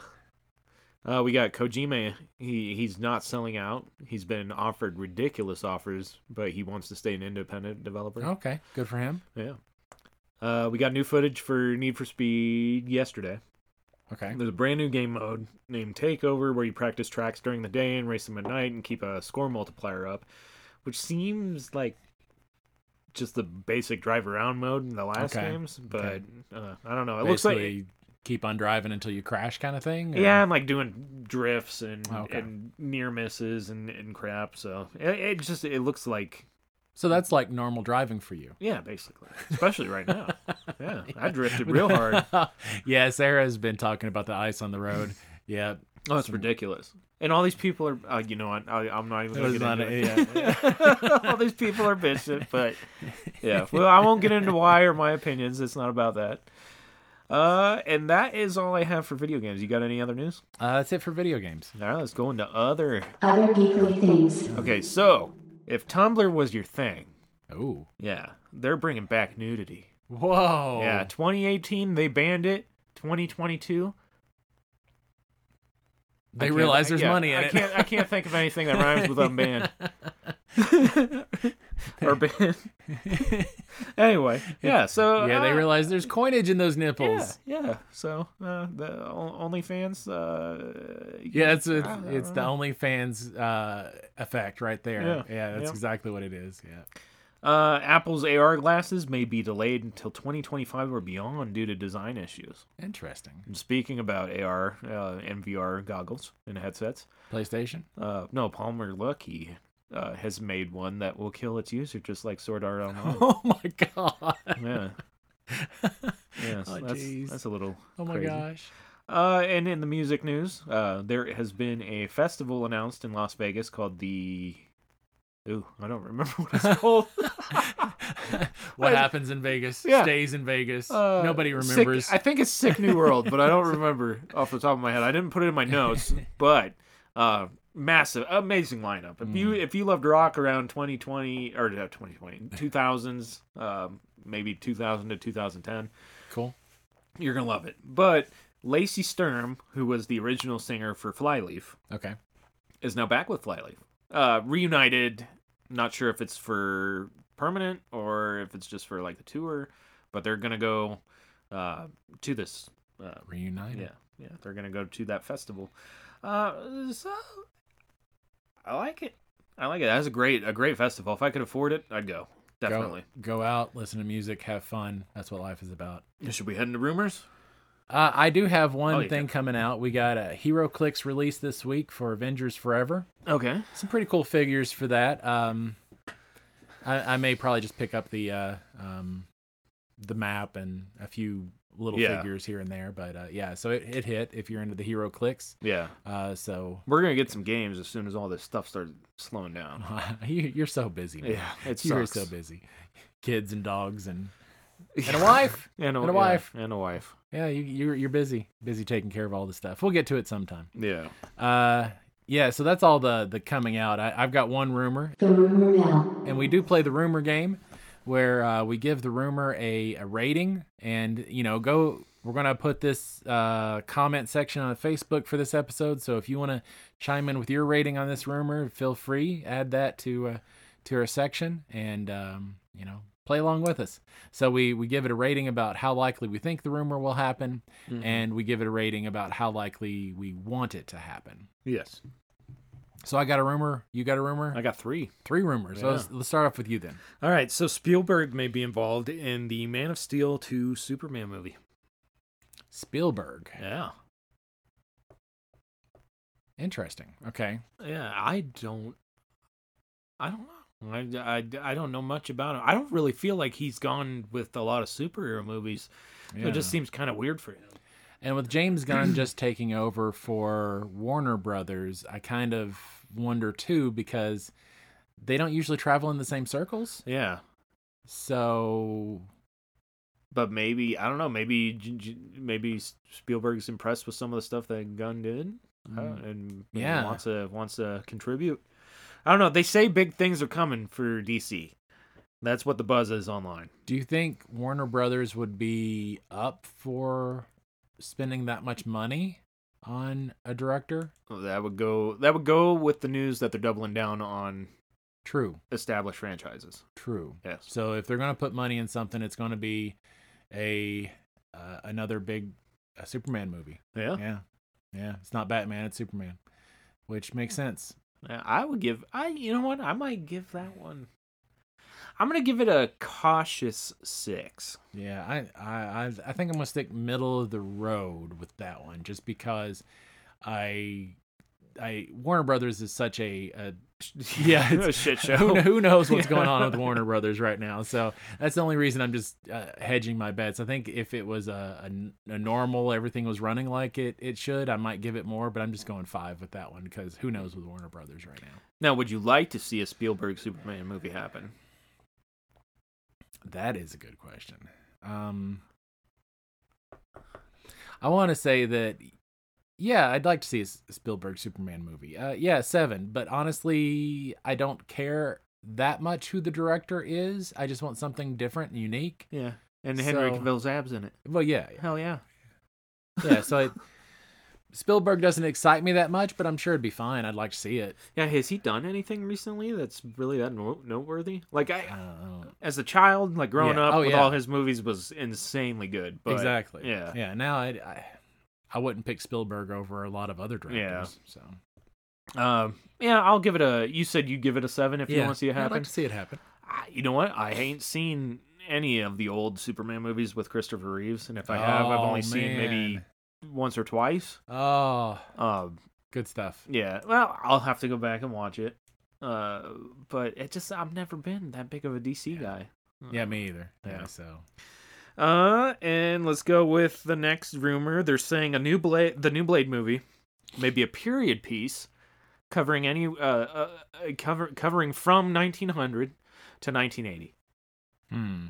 Speaker 2: Uh, we got Kojima. He he's not selling out. He's been offered ridiculous offers, but he wants to stay an independent developer.
Speaker 1: Okay, good for him.
Speaker 2: Yeah. Uh, we got new footage for Need for Speed yesterday.
Speaker 1: Okay,
Speaker 2: There's a brand new game mode named Takeover where you practice tracks during the day and race them at night and keep a score multiplier up, which seems like just the basic drive around mode in the last
Speaker 1: Okay.
Speaker 2: games, but
Speaker 1: Okay.
Speaker 2: uh, I don't know. It looks
Speaker 1: basically
Speaker 2: like
Speaker 1: keep on driving until you crash, kind of thing. or-
Speaker 2: yeah, I'm like doing drifts and
Speaker 1: Okay.
Speaker 2: and near misses and, and crap. So it, it just it looks like
Speaker 1: So that's like normal driving for you.
Speaker 2: yeah, basically, especially right now. Yeah, I drifted real hard.
Speaker 1: yeah, Sarah's been talking about the ice on the road. Yeah,
Speaker 2: Oh, it's ridiculous. And all these people are, uh, you know, what, I, I'm not even
Speaker 1: It was
Speaker 2: going to get
Speaker 1: not
Speaker 2: into
Speaker 1: a-
Speaker 2: it. all these people are bitching, but yeah. Well, I won't get into why or my opinions. It's not about that. Uh, and that is all I have for video games. You got any other news?
Speaker 1: uh, that's it for video games.
Speaker 2: All right, let's go into other.
Speaker 3: Other geekly things.
Speaker 2: Okay, so if Tumblr was your thing,
Speaker 1: Oh,
Speaker 2: yeah, they're bringing back nudity.
Speaker 1: whoa,
Speaker 2: Yeah, 2018 they banned it. 2022 I
Speaker 1: They
Speaker 2: can't-
Speaker 1: realize there's
Speaker 2: yeah,
Speaker 1: money in
Speaker 2: I
Speaker 1: it.
Speaker 2: Can't, I can't think of anything that rhymes with unbanned. or banned. anyway, yeah. So
Speaker 1: yeah, they
Speaker 2: uh,
Speaker 1: realize there's coinage in those
Speaker 2: Yeah,
Speaker 1: nipples.
Speaker 2: yeah. So uh, the o- OnlyFans. Uh,
Speaker 1: Yeah, it's it's,
Speaker 2: I don't
Speaker 1: it's the OnlyFans uh, effect right there.
Speaker 2: Yeah,
Speaker 1: Yeah, that's
Speaker 2: yeah.
Speaker 1: exactly what it is. Yeah.
Speaker 2: Uh, Apple's AR glasses may be delayed until 2025 or beyond due to design issues.
Speaker 1: Interesting.
Speaker 2: And speaking about AR uh, and VR goggles and headsets,
Speaker 1: PlayStation.
Speaker 2: uh, no, Palmer Lucky uh, has made one that will kill its user just like Sword Art Online.
Speaker 1: Oh my god.
Speaker 2: yeah. Yes,
Speaker 1: Oh,
Speaker 2: that's,
Speaker 1: jeez.
Speaker 2: that's a little.
Speaker 1: Oh my
Speaker 2: crazy.
Speaker 1: gosh.
Speaker 2: Uh, and in the music news, uh, there has been a festival announced in Las Vegas called the. Ooh, I don't remember what it's called.
Speaker 1: What happens in Vegas
Speaker 2: Yeah.
Speaker 1: stays in Vegas.
Speaker 2: Uh,
Speaker 1: Nobody
Speaker 2: Sick-
Speaker 1: remembers.
Speaker 2: I think it's Sick New World, but I don't remember off the top of my head. I didn't put it in my notes, but uh, massive, amazing lineup. If
Speaker 1: Mm.
Speaker 2: you if you loved rock around 2020 or uh, 2020 2000s, um, maybe 2000 to 2010,
Speaker 1: cool.
Speaker 2: you're gonna love it. But Lacey Sturm, who was the original singer for Flyleaf,
Speaker 1: Okay.
Speaker 2: is now back with Flyleaf. Uh, reunited. Not sure if it's for permanent or if it's just for like the tour, but they're gonna go uh, to this. Uh,
Speaker 1: Reunited.
Speaker 2: yeah, yeah, they're gonna go to that festival. Uh, so I like it. I like it. That's a great, a great festival. If I could afford it, I'd go. Definitely.
Speaker 1: Go, go out, listen to music, have fun. That's what life is about.
Speaker 2: Should we head into rumors?
Speaker 1: Uh, I do have one
Speaker 2: Oh, you
Speaker 1: thing coming out. We got a Hero Clicks release this week for Avengers Forever.
Speaker 2: Okay.
Speaker 1: Some pretty cool figures for that. Um, I, I may probably just pick up the uh, um, the map and a few little
Speaker 2: Yeah.
Speaker 1: figures here and there. But uh, yeah, so it, it hit if you're into the Hero Clicks.
Speaker 2: Yeah,
Speaker 1: Uh, so
Speaker 2: we're gonna get some games as soon as all this stuff starts slowing down.
Speaker 1: you, you're so busy. Man.
Speaker 2: Yeah, it
Speaker 1: you're so
Speaker 2: sucks.
Speaker 1: busy. Kids and dogs and and a wife.
Speaker 2: And
Speaker 1: And a wife.
Speaker 2: And a wife.
Speaker 1: Yeah, you, you're you're busy, busy taking care of all the stuff. We'll get to it sometime.
Speaker 2: Yeah.
Speaker 1: Uh, yeah. So that's all the the coming out. I, I've got one rumor,
Speaker 3: The rumor mill.
Speaker 1: and we do play the rumor game, where uh, we give the rumor a, a rating, and you know, go. We're gonna put this uh, comment section on Facebook for this episode. So if you want to chime in with your rating on this rumor, feel free. Add that to uh, to our section, and um, you know, play along with us. So we we give it a rating about how likely we think the rumor will happen, and we give it a rating about how likely we want it to happen.
Speaker 2: Yes.
Speaker 1: So I got a rumor. You got a rumor.
Speaker 2: I got three.
Speaker 1: Three rumors. So let's, let's start off with you then.
Speaker 2: All right, so Spielberg may be involved in the Man of Steel 2 Superman movie.
Speaker 1: Spielberg.
Speaker 2: Yeah.
Speaker 1: Interesting. Okay.
Speaker 2: Yeah, I don't I don't know. I, I, I don't know much about him. I don't really feel like he's gone with a lot of superhero movies. So
Speaker 1: Yeah.
Speaker 2: it just seems kind of weird for him.
Speaker 1: And with James Gunn just taking over for Warner Brothers, I kind of wonder too because they don't usually travel in the same circles.
Speaker 2: Yeah.
Speaker 1: So
Speaker 2: But maybe I don't know, maybe J- J- maybe Spielberg's impressed with some of the stuff that Gunn did. uh, and
Speaker 1: Mm. Yeah.
Speaker 2: wants to wants to contribute. I don't know. They say big things are coming for DC. That's what the buzz is online.
Speaker 1: Do you think Warner Brothers would be up for spending that much money on a director?
Speaker 2: That would go. That would go with the news that they're doubling down on
Speaker 1: True,
Speaker 2: established franchises.
Speaker 1: true.
Speaker 2: Yes.
Speaker 1: So if they're going to put money in something, it's going to be a uh, another big a Superman movie.
Speaker 2: Yeah.
Speaker 1: Yeah, yeah. It's not Batman; it's Superman, which makes
Speaker 2: Hmm.
Speaker 1: sense.
Speaker 2: Yeah, I would give. I. You know what? I might give that one. I'm gonna give it a cautious six.
Speaker 1: Yeah, I, I, I, I think I'm gonna stick middle of the road with that one, just because I, I Warner Brothers is such a, a yeah, it's-
Speaker 2: a shit show.
Speaker 1: who, kn- who knows what's
Speaker 2: Yeah.
Speaker 1: going on with Warner Brothers right now? So that's the only reason I'm just uh, hedging my bets. I think if it was a, a, a normal, everything was running like it, it should, I might give it more, but I'm just going five with that one because who knows with Warner Brothers right now?
Speaker 2: Now, would you like to see a Spielberg Superman movie happen?
Speaker 1: That is a good question. Um, I want to say that, yeah, I'd like to see a S- Spielberg Superman movie. Uh, yeah, seven, but honestly, I don't care that much who the director is. I just want something different and unique.
Speaker 2: Yeah. And Henry
Speaker 1: So-
Speaker 2: Cavill's abs in it.
Speaker 1: Well, yeah,
Speaker 2: Hell yeah.
Speaker 1: yeah. So it, Spielberg doesn't excite me that much, but I'm sure it'd be fine. I'd like to see it.
Speaker 2: Yeah, has he done anything recently that's really that no- noteworthy? Like
Speaker 1: I
Speaker 2: I,
Speaker 1: don't know.
Speaker 2: as a child, like growing
Speaker 1: Yeah.
Speaker 2: up
Speaker 1: Oh,
Speaker 2: with
Speaker 1: yeah.
Speaker 2: all his movies was insanely good. But
Speaker 1: exactly.
Speaker 2: Yeah.
Speaker 1: Yeah. Now I, I, I wouldn't pick Spielberg over a lot of other directors. So
Speaker 2: Um. Yeah, I'll give it a. You said you give it a seven if you want to see it
Speaker 1: Yeah, I'd
Speaker 2: happen.
Speaker 1: like to see it happen.
Speaker 2: I, you know what? I ain't seen any of the old Superman movies with Christopher Reeves, and if I have, I've
Speaker 1: Oh,
Speaker 2: only seen maybe
Speaker 1: man.
Speaker 2: once or twice.
Speaker 1: Oh,
Speaker 2: Um.
Speaker 1: good stuff.
Speaker 2: Yeah. Well, I'll have to go back and watch it. Uh. But it just I've never been that big of a DC guy.
Speaker 1: Yeah, me either. Yeah.
Speaker 2: Yeah.
Speaker 1: So
Speaker 2: Uh, and let's go with the next rumor. They're saying a new blade, the new Blade movie, maybe a period piece, covering any uh, uh uh, cover covering from 1900 to 1980.
Speaker 1: hmm.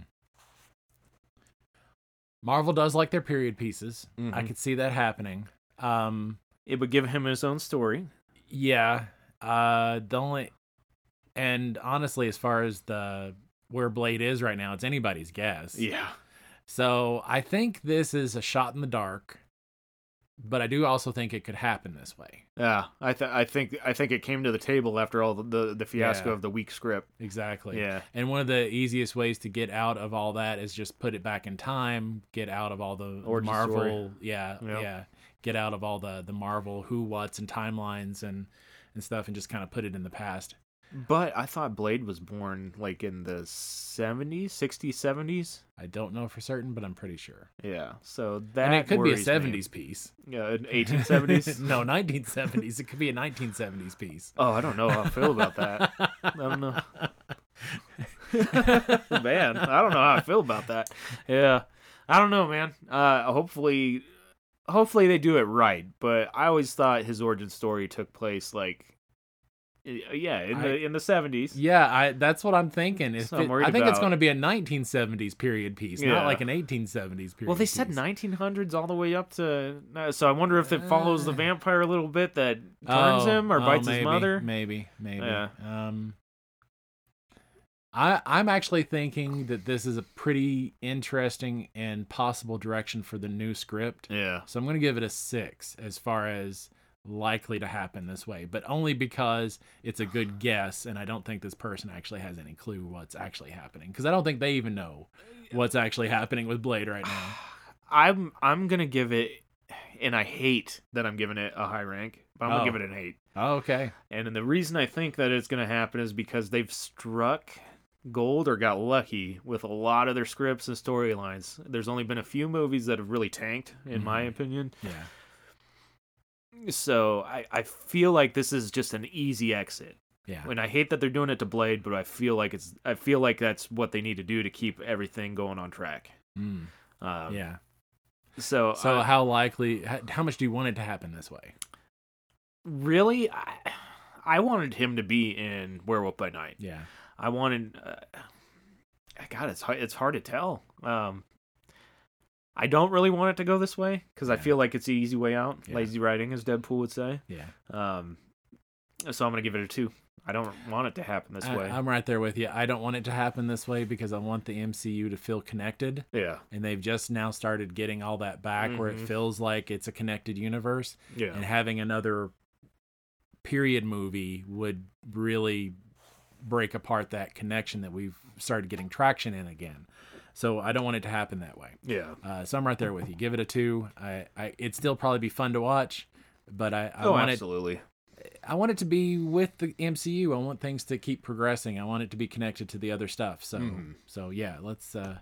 Speaker 1: Marvel does like their period pieces. I
Speaker 2: Mhm.
Speaker 1: could see that happening. Um,
Speaker 2: It would give him his own story.
Speaker 1: Yeah. Uh the only and honestly as far as the where Blade is right now, it's anybody's guess.
Speaker 2: Yeah.
Speaker 1: So I think this is a shot in the dark, but I do also think it could happen this way.
Speaker 2: Yeah. I th- I think I think it came to the table after all the the, the fiasco
Speaker 1: Yeah.
Speaker 2: of the weak script.
Speaker 1: Exactly.
Speaker 2: Yeah.
Speaker 1: And one of the easiest ways to get out of all that is just put it back in time, get out of all the
Speaker 2: Origin
Speaker 1: Marvel
Speaker 2: story.
Speaker 1: yeah,
Speaker 2: Yep.
Speaker 1: yeah. Get out of all the the Marvel who what's and timelines and and stuff and just kind of put it in the past.
Speaker 2: But I thought Blade was born like in the 70s, 60s, 70s.
Speaker 1: I don't know for certain, but I'm pretty sure.
Speaker 2: Yeah. So that
Speaker 1: and it could be a
Speaker 2: worries me.
Speaker 1: 70s piece.
Speaker 2: Yeah, an 1870s.
Speaker 1: no, 1970s. It could be a 1970s piece.
Speaker 2: Oh, I don't know how I feel about that. I don't know. man, I don't know how I feel about that. Yeah. I don't know, man. Uh hopefully hopefully they do it right, but I always thought his origin story took place like y- uh, yeah, in
Speaker 1: I-
Speaker 2: the in the 70s.
Speaker 1: Yeah, I, that's what I'm thinking. If
Speaker 2: So I'm
Speaker 1: it-
Speaker 2: worried
Speaker 1: I think it's
Speaker 2: about-
Speaker 1: going to be a 1970s period piece,
Speaker 2: Yeah.
Speaker 1: not like an 1870s period.
Speaker 2: Well, they said
Speaker 1: piece.
Speaker 2: 1900s all the way up to uh, so I wonder if it follows the
Speaker 1: Uh.
Speaker 2: vampire a little bit that turns
Speaker 1: Oh,
Speaker 2: him or
Speaker 1: oh,
Speaker 2: bites
Speaker 1: maybe,
Speaker 2: his mother.
Speaker 1: Maybe, maybe.
Speaker 2: Yeah.
Speaker 1: Um, I I'm actually thinking that this is a pretty interesting and possible direction for the new script.
Speaker 2: Yeah.
Speaker 1: So I'm going to give it a six as far as likely to happen this way, but only because it's a good guess. And I don't think this person actually has any clue what's actually happening because I don't think they even know what's actually happening with Blade right now.
Speaker 2: I'm I'm gonna give it, and I hate that I'm giving it a high rank, but I'm
Speaker 1: Oh.
Speaker 2: gonna give it an eight.
Speaker 1: Oh, okay.
Speaker 2: And then the reason I think that it's gonna happen is because they've struck gold or got lucky with a lot of their scripts and storylines. There's only been a few movies that have really tanked, in my
Speaker 1: Mhm.
Speaker 2: opinion.
Speaker 1: Yeah.
Speaker 2: So I I feel like this is just an easy exit.
Speaker 1: Yeah.
Speaker 2: And I hate that they're doing it to Blade, but I feel like it's I feel like that's what they need to do to keep everything going on track.
Speaker 1: Mm,
Speaker 2: Um,
Speaker 1: yeah.
Speaker 2: So
Speaker 1: So
Speaker 2: I-
Speaker 1: how likely, how, how much do you want it to happen this way?
Speaker 2: really I, I wanted him to be in werewolf by night
Speaker 1: Yeah.
Speaker 2: i wanted uh, god it's hard it's hard to tell um i don't really want it to go this way because i
Speaker 1: Yeah.
Speaker 2: feel like it's the easy way out
Speaker 1: Yeah.
Speaker 2: lazy writing as deadpool would say
Speaker 1: Yeah.
Speaker 2: um so i'm gonna give it a two I don't want it to happen this way.
Speaker 1: I, am right there with you. I don't want it to happen this way because I want the MCU to feel connected.
Speaker 2: yeah,
Speaker 1: And they've just now started getting all that back where it feels like it's a connected universe.
Speaker 2: yeah.
Speaker 1: And having another period movie would really break apart that connection that we've started getting traction in again. So I don't want it to happen that way.
Speaker 2: Yeah.
Speaker 1: Uh, so I'm right there with you. Give it a two. I, I it'd still probably be fun to watch, but I, I
Speaker 2: oh,
Speaker 1: want it
Speaker 2: absolutely.
Speaker 1: I want it to be with the MCU. I want things to keep progressing. I want it to be connected to the other stuff. So
Speaker 2: Mhm.
Speaker 1: so yeah, let's uh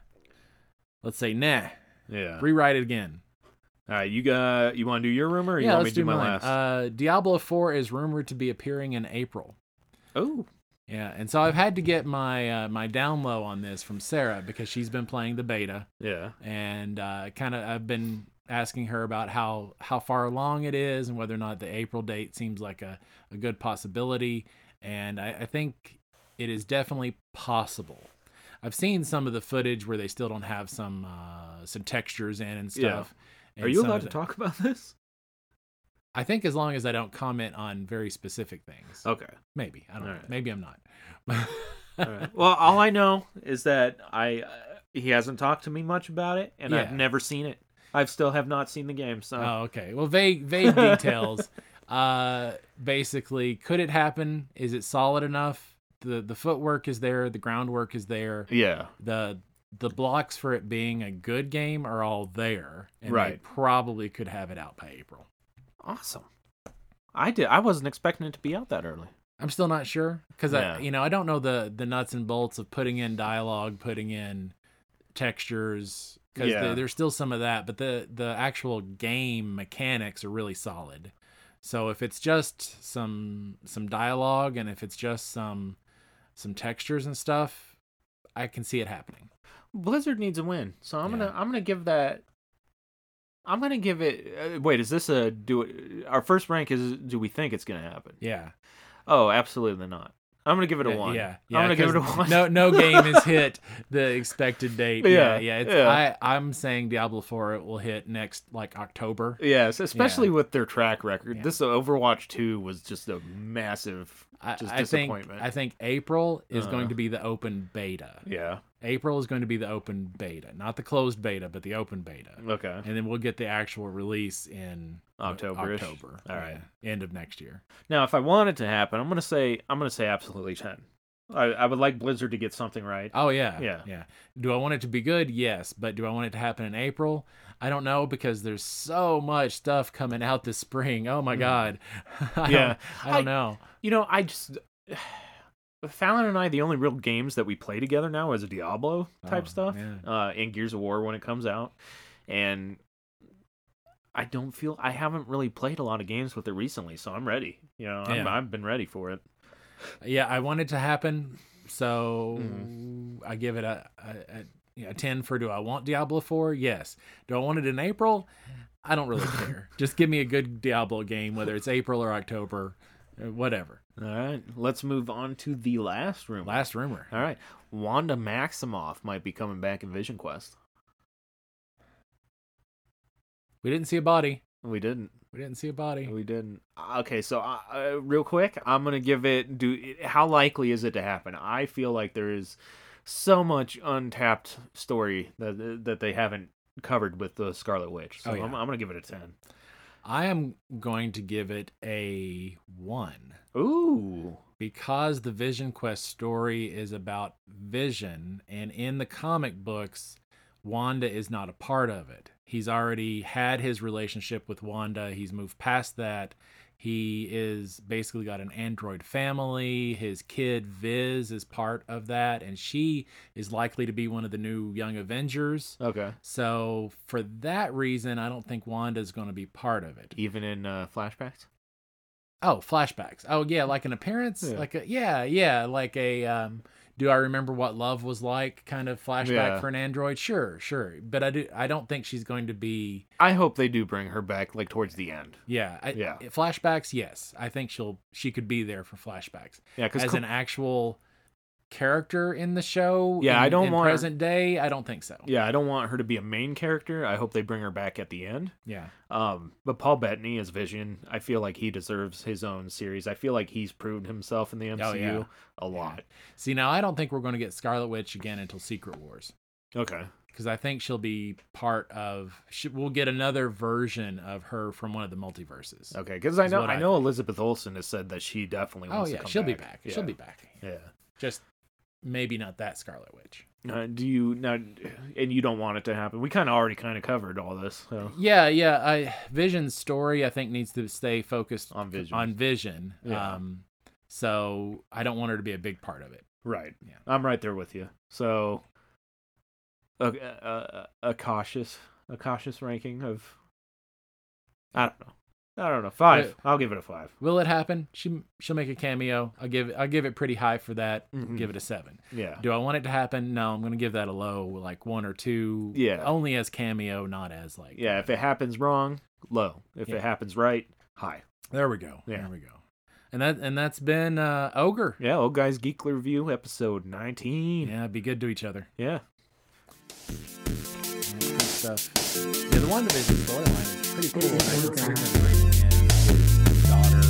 Speaker 1: let's say nah.
Speaker 2: Yeah.
Speaker 1: Rewrite it again.
Speaker 2: All right, you got you want to do your rumor or you
Speaker 1: yeah,
Speaker 2: want me
Speaker 1: let's
Speaker 2: to do, my
Speaker 1: mine.
Speaker 2: last?
Speaker 1: Uh Diablo 4 is rumored to be appearing in April.
Speaker 2: oh,
Speaker 1: Yeah, and so I've had to get my uh, my down low on this from Sarah because she's been playing the beta.
Speaker 2: yeah.
Speaker 1: and uh, kind of I've been asking her about how how far along it is and whether or not the April date seems like a, a good possibility. And I, I think it is definitely possible. I've seen some of the footage where they still don't have some uh, some textures in and
Speaker 2: Yeah.
Speaker 1: stuff.
Speaker 2: Are
Speaker 1: and
Speaker 2: you
Speaker 1: some
Speaker 2: allowed
Speaker 1: of
Speaker 2: to
Speaker 1: the-
Speaker 2: talk about this?
Speaker 1: I think as long as I don't comment on very specific things,
Speaker 2: Okay.
Speaker 1: maybe I don't. know.
Speaker 2: Oh. All right.
Speaker 1: Maybe I'm not.
Speaker 2: All right. well, all I know is that I uh, he hasn't talked to me much about it, and I've
Speaker 1: Yeah.
Speaker 2: never seen it. I still have not seen the game, so
Speaker 1: Oh, okay. Well, vague, vague details. uh, basically, could it happen? Is it solid enough? the The footwork is there. The groundwork is there.
Speaker 2: yeah,
Speaker 1: the The blocks for it being a good game are all there, and they
Speaker 2: Right.
Speaker 1: probably could have it out by April.
Speaker 2: awesome. I did. I wasn't expecting it to be out that early.
Speaker 1: I'm still not sure because
Speaker 2: Yeah.
Speaker 1: I, you know, I don't know the the nuts and bolts of putting in dialogue, putting in textures. Because
Speaker 2: Yeah.
Speaker 1: there's still some of that, but the the actual game mechanics are really solid. So if it's just some some dialogue and if it's just some some textures and stuff, I can see it happening.
Speaker 2: Blizzard needs a win, so I'm gonna
Speaker 1: Yeah.
Speaker 2: I'm gonna give that. I'm gonna give it. Uh, wait, is this a do? It, our first rank is do we think it's gonna happen?
Speaker 1: Yeah,
Speaker 2: Oh, absolutely not. I'm gonna give it a
Speaker 1: Yeah,
Speaker 2: one.
Speaker 1: Yeah,
Speaker 2: I'm gonna give it a
Speaker 1: 'cause
Speaker 2: one.
Speaker 1: No, no game has hit the expected date. Yeah, yeah.
Speaker 2: Yeah,
Speaker 1: it's,
Speaker 2: yeah.
Speaker 1: I I'm saying Diablo Four it will hit next like October.
Speaker 2: Yes, especially with their track record.
Speaker 1: Yeah.
Speaker 2: This Overwatch 2 was just a massive
Speaker 1: I,
Speaker 2: just
Speaker 1: I think
Speaker 2: disappointment.
Speaker 1: I think April is
Speaker 2: Uh.
Speaker 1: going to be the open beta.
Speaker 2: yeah.
Speaker 1: April is going to be the open beta, not the closed beta, but the open beta.
Speaker 2: Okay.
Speaker 1: And then we'll get the actual release in
Speaker 2: October-ish.
Speaker 1: October.
Speaker 2: All right.
Speaker 1: yeah, end of next year.
Speaker 2: Now, if I want it to happen, I'm gonna say I'm gonna say absolutely 10. I, I would like Blizzard to get something right.
Speaker 1: Oh yeah.
Speaker 2: Yeah.
Speaker 1: Yeah. Do I want it to be good? Yes, but do I want it to happen in April? I don't know because there's so much stuff coming out this spring. Oh my god. I
Speaker 2: Hmm. Yeah.
Speaker 1: Don't, I don't
Speaker 2: I-
Speaker 1: know.
Speaker 2: You know, I just Fallon and I, the only real games that we play together now is Diablo type
Speaker 1: Oh,
Speaker 2: stuff,
Speaker 1: yeah.
Speaker 2: uh, and Gears of War when it comes out, and I don't feel I haven't really played a lot of games with it recently, so I'm ready. You know, I'm,
Speaker 1: Yeah.
Speaker 2: I've been ready for it.
Speaker 1: Yeah, I want it to happen, so I give it a, a, a, yeah, a ten for. Do I want Diablo Four? Yes. Do I want it in April? I don't really care. Just give me a good Diablo game, whether it's April or October, uh, whatever.
Speaker 2: All right, let's move on to the last room.
Speaker 1: Last rumor.
Speaker 2: All right, Wanda Maximoff might be coming back in Vision Quest.
Speaker 1: We didn't see a body.
Speaker 2: We didn't.
Speaker 1: We didn't see a body.
Speaker 2: We didn't. Okay, so uh, uh, real quick, I'm gonna give it. Do how likely is it to happen? I feel like there is so much untapped story that that they haven't covered with the Scarlet Witch. So
Speaker 1: Oh, yeah.
Speaker 2: I'm, I'm gonna give it a ten.
Speaker 1: I am going to give it a one
Speaker 2: Ooh.
Speaker 1: because the Vision Quest story is about Vision, and in the comic books, Wanda is not a part of it. He's already had his relationship with Wanda, he's moved past that. He is basically got an android family. His kid Viz is part of that, and she is likely to be one of the new young Avengers.
Speaker 2: Okay.
Speaker 1: So, for that reason, I don't think Wanda's going to be part of it.
Speaker 2: Even in uh, flashbacks.
Speaker 1: Oh, flashbacks. Oh yeah, like an appearance,
Speaker 2: Yeah.
Speaker 1: like a yeah, yeah, like a um do I remember what love was like kind of flashback
Speaker 2: Yeah.
Speaker 1: for an android? Sure, sure. But I do I don't think she's going to be
Speaker 2: I hope they do bring her back like towards the end.
Speaker 1: yeah, I,
Speaker 2: Yeah.
Speaker 1: flashbacks, yes. I think she'll she could be there for flashbacks
Speaker 2: Yeah, because
Speaker 1: as an actual character in the show.
Speaker 2: Yeah, I
Speaker 1: in-
Speaker 2: don't
Speaker 1: in
Speaker 2: want her-
Speaker 1: present day. I don't think so.
Speaker 2: Yeah, I don't want her to be a main character. I hope they bring her back at the end.
Speaker 1: Yeah.
Speaker 2: Um, but Paul Bettany as Vision, I feel like he deserves his own series. I feel like he's proven himself in the MCU
Speaker 1: Oh, yeah.
Speaker 2: a lot.
Speaker 1: See, now I don't think we're going to get Scarlet Witch again until Secret Wars
Speaker 2: Okay.
Speaker 1: because I think she'll be part of. She, we'll get another version of her from one of the multiverses.
Speaker 2: Okay, because I
Speaker 1: Is
Speaker 2: know
Speaker 1: what
Speaker 2: I,
Speaker 1: I
Speaker 2: know Elizabeth Olsen has said that she definitely
Speaker 1: Oh
Speaker 2: wants to
Speaker 1: yeah,
Speaker 2: come
Speaker 1: she'll be
Speaker 2: back.
Speaker 1: back. She'll be back.
Speaker 2: Yeah.
Speaker 1: Just maybe not that Scarlet Witch.
Speaker 2: yeah. Uh, do you now? And you don't want it to happen. We kind of already kind of covered all this. So.
Speaker 1: Yeah, yeah. I Vision's story I think needs to stay focused
Speaker 2: On Vision.
Speaker 1: On Vision.
Speaker 2: Yeah.
Speaker 1: Um, so I don't want her to be a big part of it.
Speaker 2: Right.
Speaker 1: Yeah.
Speaker 2: I'm right there with you. So, a, a, a- a cautious, a cautious ranking of. I don't know. I don't know. Five.
Speaker 1: Wait.
Speaker 2: I'll give it a five.
Speaker 1: Will it happen? She she'll make a cameo. I'll give I'll give it pretty high for that.
Speaker 2: Mhm.
Speaker 1: Give it a seven.
Speaker 2: Yeah.
Speaker 1: Do I want it to happen? No, I'm gonna give that a low, like one or two.
Speaker 2: Yeah.
Speaker 1: Only as cameo, not as like.
Speaker 2: Yeah. If it happens wrong, low. If
Speaker 1: Yeah.
Speaker 2: it happens right, high.
Speaker 1: There we go.
Speaker 2: Yeah.
Speaker 1: There we go. And that and that's been uh, ogre.
Speaker 2: Yeah. Old guys geekler review episode nineteen.
Speaker 1: Yeah, be good to each other.
Speaker 2: Yeah.
Speaker 1: Good stuff. Yeah, the WandaVision storyline is pretty cool.
Speaker 3: This is
Speaker 1: I
Speaker 3: ogre.
Speaker 1: consider bringing in his daughter